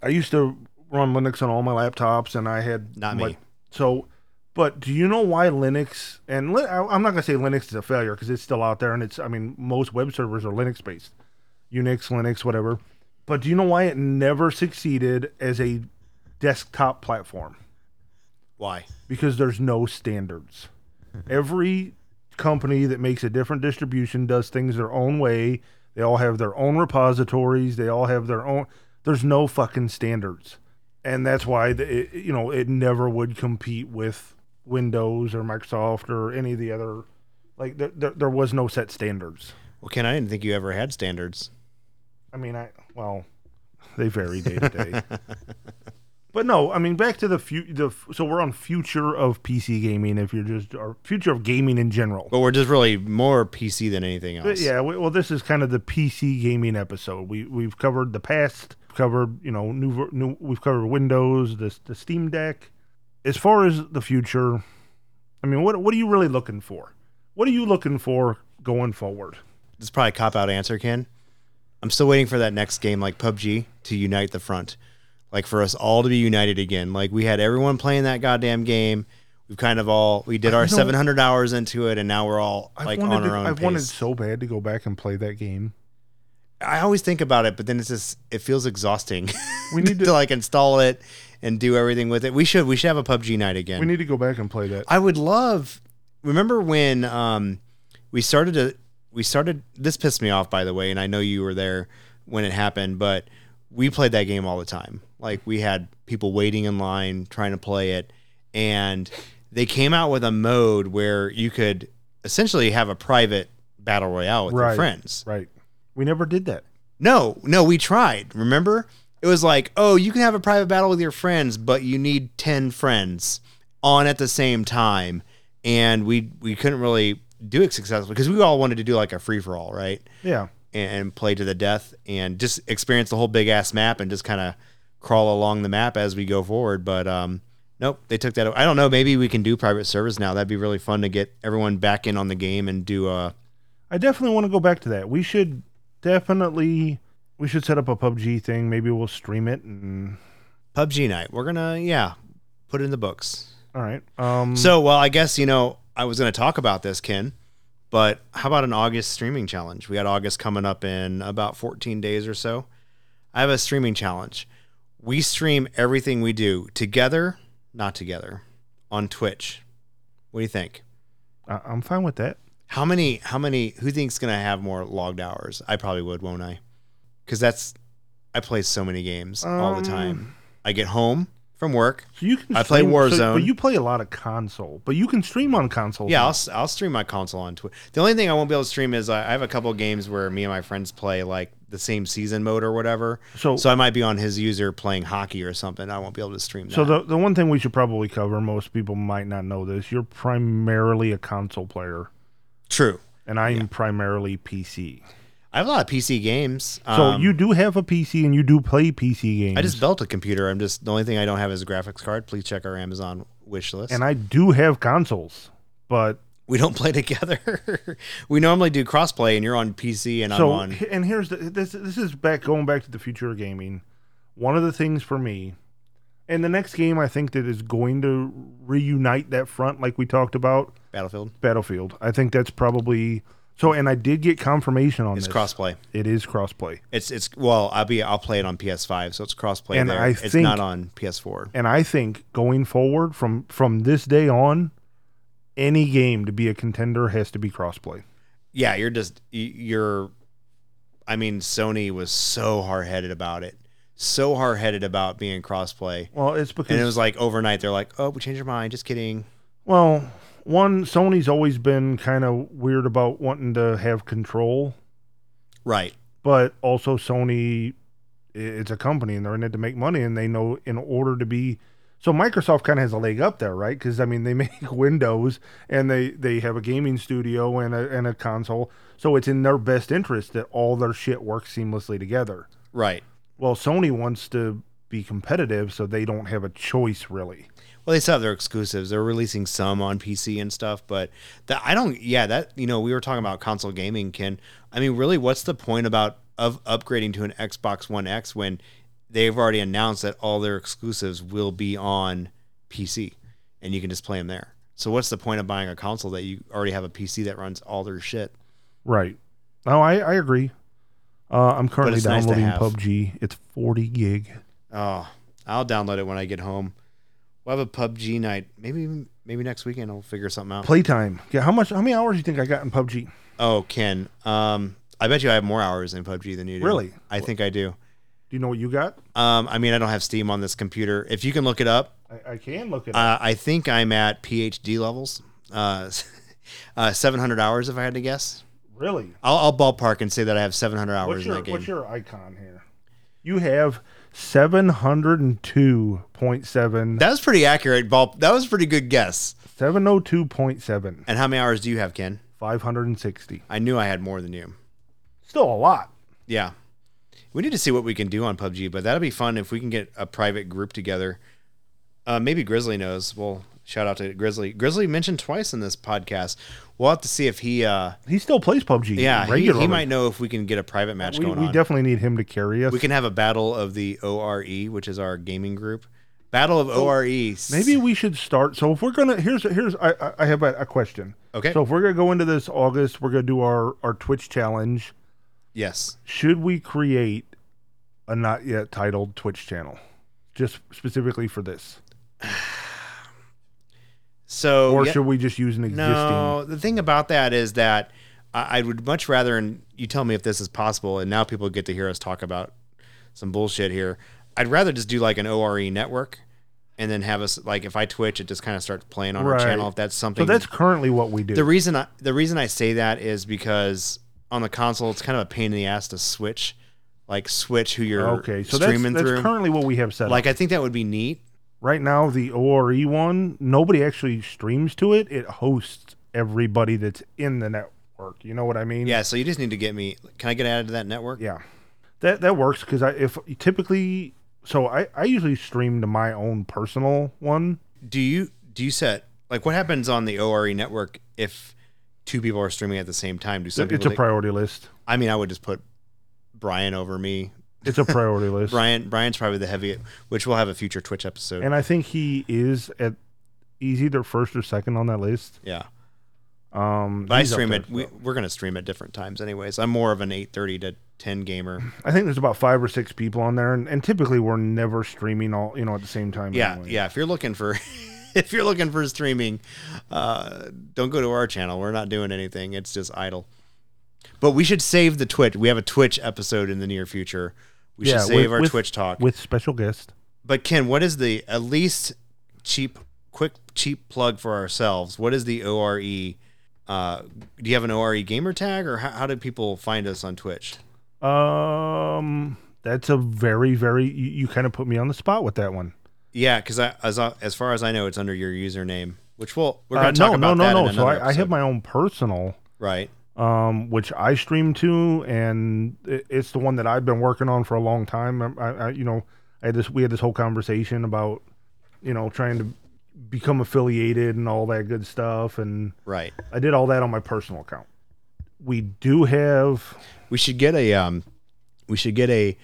A: I used to run Linux on all my laptops, and I had
B: Not
A: my-
B: me.
A: So, but do you know why Linux? And Lin- I- I'm not gonna say Linux is a failure because it's still out there, and it's. I mean, most web servers are Linux based, Unix, Linux, whatever. But do you know why it never succeeded as a desktop platform?
B: Why?
A: because there's no standards. Every company that makes a different distribution does things their own way. They all have their own repositories. They all have their own. There's no fucking standards, and that's why the, it, you know it never would compete with Windows or Microsoft or any of the other. Like there, there, there was no set standards.
B: Well, Ken, I didn't think you ever had standards.
A: I mean, I well, they vary day to day. But no, I mean back to the fu- the f- so we're on future of PC gaming. If you're just or future of gaming in general.
B: But we're just really more PC than anything
A: But
B: else.
A: yeah, we, well, this is kind of the PC gaming episode. We we've covered the past, covered you know new ver- new. We've covered Windows, the the Steam Deck. As far as the future, I mean, what what are you really looking for? What are you looking for going forward?
B: This is probably a cop out answer, Ken. I'm still waiting for that next game like PUBG to unite the front. Like for us all to be united again. Like we had everyone playing that goddamn game. We've kind of all we did our
A: don't-
B: 700 hours into it and now we're all like
A: wanted
B: on
A: to-
B: our own
A: I've
B: pace.
A: wanted so bad to go back and play that game.
B: I always think about it, but then it's just it feels exhausting.
A: We need
B: to
A: to
B: like install it and do everything with it. We should we should have a PUBG night again.
A: we need to go back and play that.
B: I would love. Remember when um, we started to we started. This pissed me off, by the way, and I know you were there when it happened. But we played that game all the time. Like we had people waiting in line trying to play it, and they came out with a mode where you could essentially have a private battle royale with your
A: Right.
B: friends.
A: Right. We never did that.
B: No, no, we tried. Remember? It was like, oh, you can have a private battle with your friends, but you need 10 friends on at the same time. And we we couldn't really do it successfully because we all wanted to do like a free for all, right?
A: Yeah.
B: And, and play to the death and just experience the whole big ass map and just kind of crawl along the map as we go forward. But um, nope, they took that. I don't know. Maybe we can do private servers now. That'd be really fun to get everyone back in on the game and do a.
A: I definitely want to go back to that. We should definitely we should set up a PUBG thing. Maybe we'll stream it and
B: PUBG night. We're gonna, yeah, put it in the books.
A: all right. Um
B: Mm-hmm. So, well, I guess, you know, I was going to talk about this, Ken, but how about an August streaming challenge? We got August coming up in about 14 days or so. I have a streaming challenge. We stream everything we do together, not together, on Twitch. What do you think?
A: I, I'm fine with that.
B: How many, how many, who thinks going to have more logged hours? I probably would, won't I? Because that's, I play so many games all the
A: Um,
B: time. I get home from work.
A: So you can
B: I play
A: stream- so-
B: Warzone.
A: but you play a lot of console. But you can stream on console.
B: Yeah, I'll, s- uh, I'll stream my console on Twitch. The only thing I won't be able to stream is I, I have a couple of games where me and my friends play like the same season mode or whatever.
A: So-
B: so I might be on his user playing hockey or something. I won't be able to stream that.
A: So the the one thing we should probably cover, most people might not know this, you're primarily a console player,
B: True.
A: and I'm primarily PC.
B: I have a lot of PC games.
A: So
B: Um,
A: you do have a PC and you do play PC games.
B: I just built a computer. I'm just the only thing I don't have is a graphics card. Please check our Amazon wish list.
A: and I do have consoles, but
B: we don't play together. we normally do crossplay, and you're on PC and
A: so
B: I'm on.
A: and here's the this this is back going back to the future of gaming. One of the things for me, and the next game I think that is going to reunite that front, like we talked about,
B: Battlefield.
A: Battlefield. I think that's probably so. And I did get confirmation on
B: It's
A: this.
B: crossplay.
A: It is crossplay.
B: It's it's well, I'll be I'll play it on PS5, so it's crossplay
A: And
B: there.
A: I
B: it's
A: think-
B: not on PS4.
A: and I think going forward from from this day on, any game to be a contender has to be crossplay.
B: Yeah, you're just y- you're. I mean, Sony was so hard headed about it, so hard headed about being crossplay,
A: Well, it's because
B: and it was like overnight they're like, oh, we changed our mind. Just kidding.
A: well, one Sony's always been kind of weird about wanting to have control,
B: Right.
A: but also Sony, i- it's a company and they're in it to make money, and they know in order to be. So Microsoft kind of has a leg up there, right? Because I mean, they make Windows and they they have a gaming studio and a and a console, so it's in their best interest that all their shit works seamlessly together.
B: Right.
A: well sony wants to be competitive so they don't have a choice really
B: Well, they still have their exclusives. They're releasing some on PC and stuff, but that I don't. Yeah, that you know, we were talking about console gaming. Ken, I mean, really, what's the point about of upgrading to an Xbox One X when they've already announced that all their exclusives will be on PC and you can just play them there? So, what's the point of buying a console that you already have a PC that runs all their shit?
A: right no i, I agree uh, i'm currently
B: it's nice to
A: downloading
B: have.
A: pubg it's 40 gig
B: Oh, I'll download it when I get home. We'll have a PUBG night. Maybe even maybe next weekend I'll figure something out.
A: playtime yeah how much how many hours do you think i got in pubg
B: Oh, Ken. Um, I bet you I have more hours in PUBG than you do.
A: Really?
B: I think I do.
A: do you know what you got
B: Um, I mean, I don't have Steam on this computer. If you can look it up,
A: i, I can look at it
B: uh, I think I'm at PhD levels. Uh, uh, 700 hours, if I had to guess.
A: really
B: I'll, I'll ballpark and say that I have 700
A: what's
B: hours in
A: your
B: that game.
A: what's your icon here you have 702.7
B: that was pretty accurate. Ball. That was a pretty good guess.
A: 702.7
B: And how many hours do you have, Ken?
A: 560
B: I knew I had more than you.
A: still a lot
B: Yeah. We need to see what we can do on PUBG, but that'll be fun if we can get a private group together. Uh, maybe Grizzly knows. Well, shout out to Grizzly. Grizzly mentioned twice in this podcast. We'll have to see if he, uh,
A: he still plays pubg
B: yeah, he,
A: regularly
B: he might know if we can get a private match
A: we,
B: going
A: we
B: on.
A: definitely need him to carry us
B: we can have a battle of the ORE, which is our gaming group. Battle of E. ORE.
A: Oh, Maybe we should start. So if we're gonna here's here's I I- I have a, a question.
B: Okay.
A: So if we're gonna go into this August, we're gonna do our our Twitch challenge.
B: yes.
A: Should we create a not yet titled Twitch channel, just specifically for this,
B: So
A: or
B: Oh, yeah-
A: should we just use an existing?
B: No, the thing about that is that I, I would much rather, and you tell me if this is possible, and now people get to hear us talk about some bullshit here. I'd rather just do like an ORE network and then have us, like, if I Twitch, it just kind of starts playing on
A: Right.
B: our channel if that's something.
A: So that's currently what we do.
B: the reason I, the reason I say that is because on the console, it's kind of a pain in the ass to switch, like, switch who you're
A: okay. So that's,
B: streaming
A: that's Mm-hmm.
B: through.
A: currently what we have set up.
B: like, I think that would be neat.
A: Right now, the ORE one, nobody actually streams to it. It hosts everybody that's in the network. You know what I mean?
B: Yeah, so you just need to get me. Can I get added to that network?
A: Yeah, that that works because I if typically so I I usually stream to my own personal one.
B: do you do you set like what happens on the ORE network if two people are streaming at the same time? Do some
A: It's
B: people?
A: a
B: think-
A: priority list.
B: I mean, I would just put Brian over me.
A: It's a priority list.
B: Brian Brian's probably the heavy, which we'll have a future Twitch episode.
A: And I think he is at he's either first or second on that list.
B: yeah,
A: Um,
B: but I
A: he's up
B: stream
A: there,
B: it. We,
A: so.
B: we're gonna stream at different times, anyways. I'm more of an eight thirty to ten gamer.
A: I think there's about five or six people on there, and, and typically we're never streaming all you know at the same time.
B: Yeah,
A: anyway.
B: yeah. If you're looking for, if you're looking for streaming, uh, don't go to our channel. We're not doing anything. It's just idle. But we should save the Twitch. We have a Twitch episode in the near future. We
A: Yeah,
B: should save
A: with-
B: our
A: with-
B: Twitch talk.
A: with special guest.
B: but Ken, what is the at least cheap, quick, cheap plug for ourselves? What is the E, ORE? E Uh, do you have an ORE gamer tag, or how, how do people find us on Twitch?
A: Um, that's a very, very. You, you kind of put me on the spot with that one.
B: Yeah, because I, as I- as far as I know, it's under your username, which we'll we're
A: Uh,
B: gonna talk
A: no,
B: about
A: no,
B: that
A: no,
B: in
A: no. So
B: another
A: I, I have
B: episode.
A: my own personal,
B: right.
A: um, which I stream to, and it, it's the one that I've been working on for a long time. I, I, I, you know, I had this. We had this whole conversation about, you know, trying to become affiliated and all that good stuff, and
B: Right.
A: I did all that on my personal account. We do have
B: We should get a um, we should get a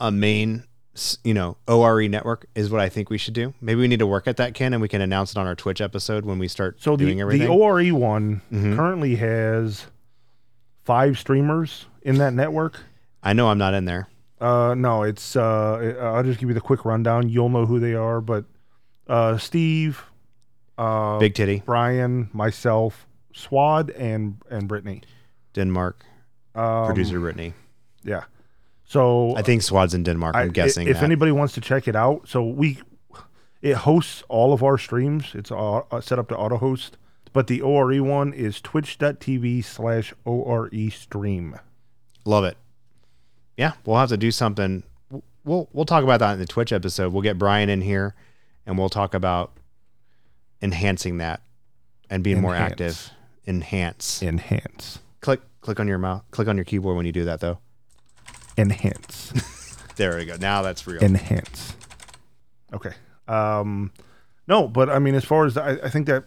B: a main s- you know ORE network is what I think we should do. Maybe we need to work at that, Ken, and we can announce it on our Twitch episode when we start
A: so the E
B: doing everything.
A: the ORE one
B: Mhm.
A: currently has five streamers in that network.
B: I know I'm not in there.
A: Uh, no, it's uh, I'll just give you the quick rundown. You'll know who they are, but uh, Steve, uh,
B: Big titty,
A: Brian, myself, Swad, and and Brittany.
B: Denmark
A: Um,
B: producer Brittany.
A: yeah. So
B: I think Swad's in Denmark.
A: I-
B: I'm
A: i-
B: guessing.
A: If
B: that.
A: anybody wants to check it out, so we it hosts all of our streams. It's au- uh, set up to auto host, but the ORE one is twitch.tv slash ORE stream.
B: Love it. Yeah, we'll have to do something. W- We'll we'll talk about that in the Twitch episode. We'll get Brian in here, and we'll talk about enhancing that and being more
A: Enhance.
B: active. Enhance.
A: Enhance.
B: Click click on your mouth. Click on your keyboard when you do that, though.
A: Enhance.
B: There we go. Now that's real.
A: Enhance. Okay. Um, no, but I mean, as far as I, I think that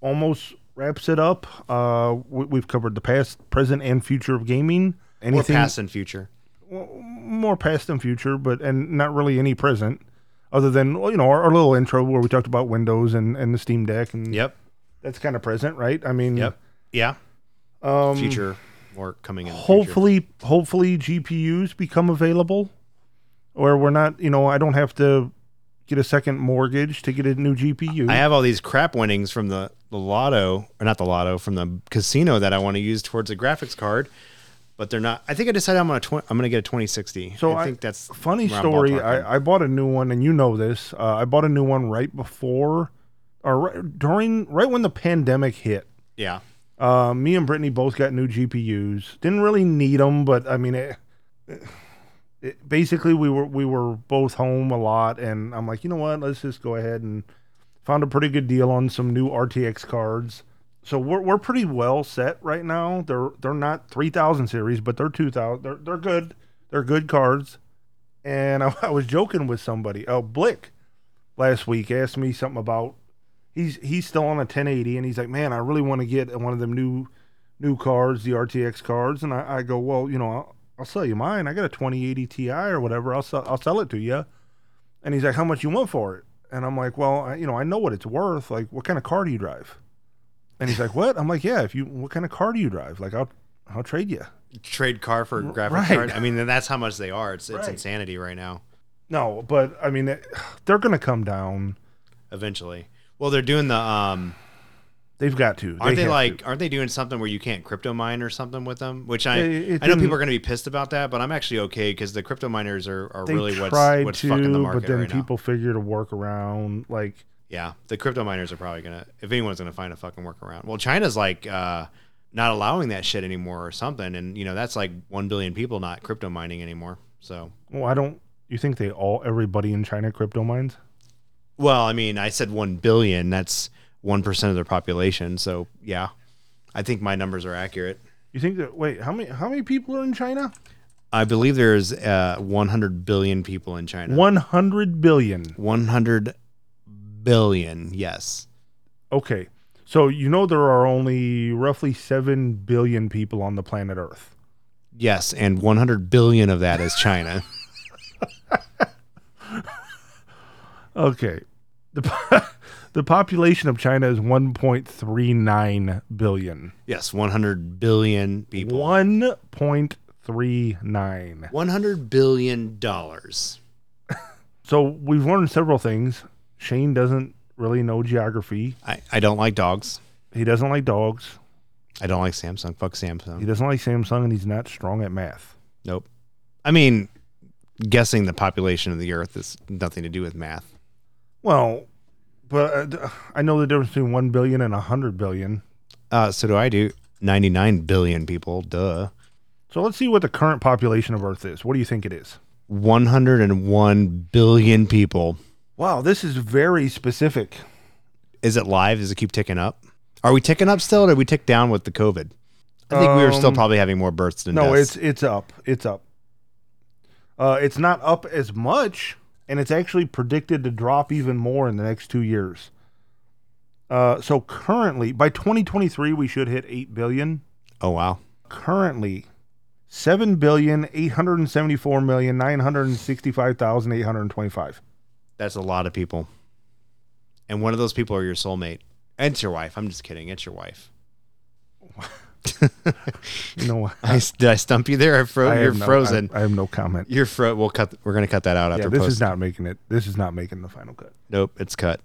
A: almost wraps it up. Uh, we, we've covered the past, present, and future of gaming.
B: More
A: Anything
B: past and future.
A: more past and future, but and not really any present, other than well, you know our, our little intro where we talked about Windows and, and the Steam Deck, and
B: Yep.
A: that's kind of present, right? I mean,
B: Yep. Yeah.
A: um,
B: Future. More coming in. the future.
A: hopefully, hopefully GPUs become available, or we're not, you know, I don't have to get a second mortgage to get a new GPU.
B: I have all these crap winnings from the, the lotto, or not the lotto, from the casino that I want to use towards a graphics card, but they're not. I think I decided I'm gonna tw- I'm gonna get a 2060.
A: So I-
B: think that's
A: Funny
B: Round
A: story.
B: ballpark,
A: I, I bought a new one, and you know this. Uh, I bought a new one right before, or right, during, right when the pandemic hit.
B: yeah.
A: Uh, me and Brittany both got new GPUs. Didn't really need them, but I mean, it, it, basically we were we were both home a lot, and I'm like, you know what? Let's just go ahead and found a pretty good deal on some new RTX cards. So we're we're pretty well set right now. They're they're not 3000 series, but they're 2000. They're they're good. They're good cards. And I, I was joking with somebody. Oh, Blick last week asked me something about he's he's still on a 1080 and he's like man i really want to get one of them new new cards the rtx cards and i, I go well you know I'll, I'll sell you mine i got a 2080 ti or whatever i'll sell, I'll sell it to you and he's like how much you want for it and i'm like well I, you know i know what it's worth like what kind of car do you drive and he's like what i'm like yeah if you what kind of car do you drive like i'll i'll trade you
B: Trade car for a graphics
A: right.
B: card. I mean, that's how much they are. It's, it's
A: Right.
B: insanity right now.
A: no but i mean it- they're gonna come down
B: Eventually, well, they're doing the um,
A: they've got to
B: aren't they,
A: have to.
B: like, aren't they doing something where you can't crypto mine or something with them? Which I,
A: It- it
B: I know
A: didn't-
B: people are going to be pissed about that, but I'm actually okay because the crypto miners are, are
A: they
B: really what's,
A: tried
B: what's
A: to
B: fucking the market
A: but then
B: right now.
A: people figured a workaround like
B: Yeah, the crypto miners are probably gonna. If anyone's gonna find a fucking workaround, well, China's like uh, not allowing that shit anymore or something, and you know that's like one billion people not crypto mining anymore. So,
A: Well, I don't. You think they all everybody in China crypto mines?
B: well, I mean, I said one billion. That's one percent of their population. So, yeah, I think my numbers are accurate.
A: You think that? Wait, how many how many people are in China?
B: I believe there's uh, 100 billion people in China.
A: One hundred billion.
B: 100 billion. Yes.
A: Okay, so you know there are only roughly seven billion people on the planet Earth.
B: Yes, and 100 billion of that is China.
A: Okay, the po- the population of China is one point three nine billion.
B: yes, 100 billion people.
A: One point three nine.
B: 100 billion dollars.
A: So we've learned several things. Shane doesn't really know geography.
B: I, I don't like dogs.
A: He doesn't like dogs.
B: I don't like Samsung. Fuck
A: He
B: Samsung.
A: doesn't like Samsung, and he's not strong at math.
B: Nope. I mean, guessing the population of the earth is nothing to do with math.
A: Well, but uh, d- I know the difference between 1 billion and 100 billion.
B: Uh, so do I do 99 billion people. Duh.
A: So let's see what the current population of Earth is. What do you think it is?
B: 101 billion people.
A: Wow, this is very specific.
B: Is it live? Does it keep ticking up? Are we ticking up still, or did we tick down with the COVID? I think we were still
A: Um,
B: probably having more births than
A: No,
B: deaths.
A: it's it's up. It's up. Uh, it's not up as much, and it's actually predicted to drop even more in the next two years. Uh, so currently, by 2023, we should hit eight billion.
B: oh wow.
A: Currently, seven billion eight hundred seventy-four million nine hundred sixty-five thousand eight hundred twenty-five.
B: That's a lot of people. And one of those people are your soulmate. And it's your wife. I'm just kidding. It's your wife.
A: You know, what?
B: I, did I stump you there? I fro-
A: I
B: you're
A: have no- I-
B: frozen.
A: I, have no comment.
B: you're fro. We'll cut. We're gonna cut that out after
A: Yeah, this
B: post.
A: is not making it. This is not making the final cut.
B: nope, it's cut.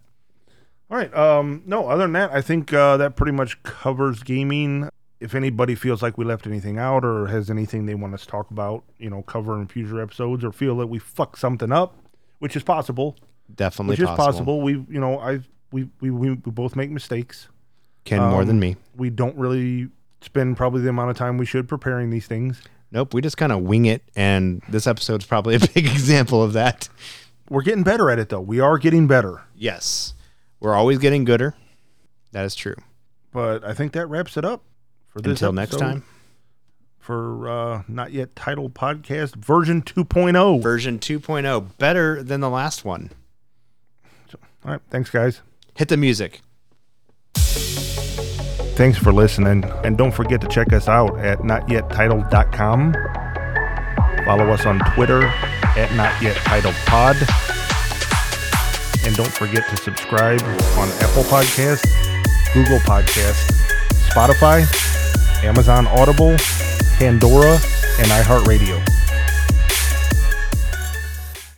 A: All right. Um, no, other than that, I think uh, that pretty much covers gaming. If anybody feels like we left anything out or has anything they want us to talk about, you know, cover in future episodes or feel that we fucked something up, which is possible,
B: Definitely
A: which is possible. We, you know, I we we, we we both make mistakes.
B: Ken more
A: Um,
B: than me.
A: We don't really spend probably the amount of time we should preparing these things.
B: Nope. We just kind of wing it, and this episode's probably a big example of that.
A: We're getting better at it though. We are getting better.
B: Yes, we're always getting gooder. That is true.
A: But I think that wraps it up for this
B: Until next
A: episode
B: time,
A: for uh, not yet titled podcast version oh. 2.0.
B: version 2.0, better than the last one.
A: All right. Thanks, guys.
B: Hit the music.
A: Thanks for listening. And don't forget to check us out at notyettitled.com. Follow us on Twitter at notyetitledpod. And don't forget to subscribe on Apple Podcasts, Google Podcasts, Spotify, Amazon Audible, Pandora, and iHeartRadio.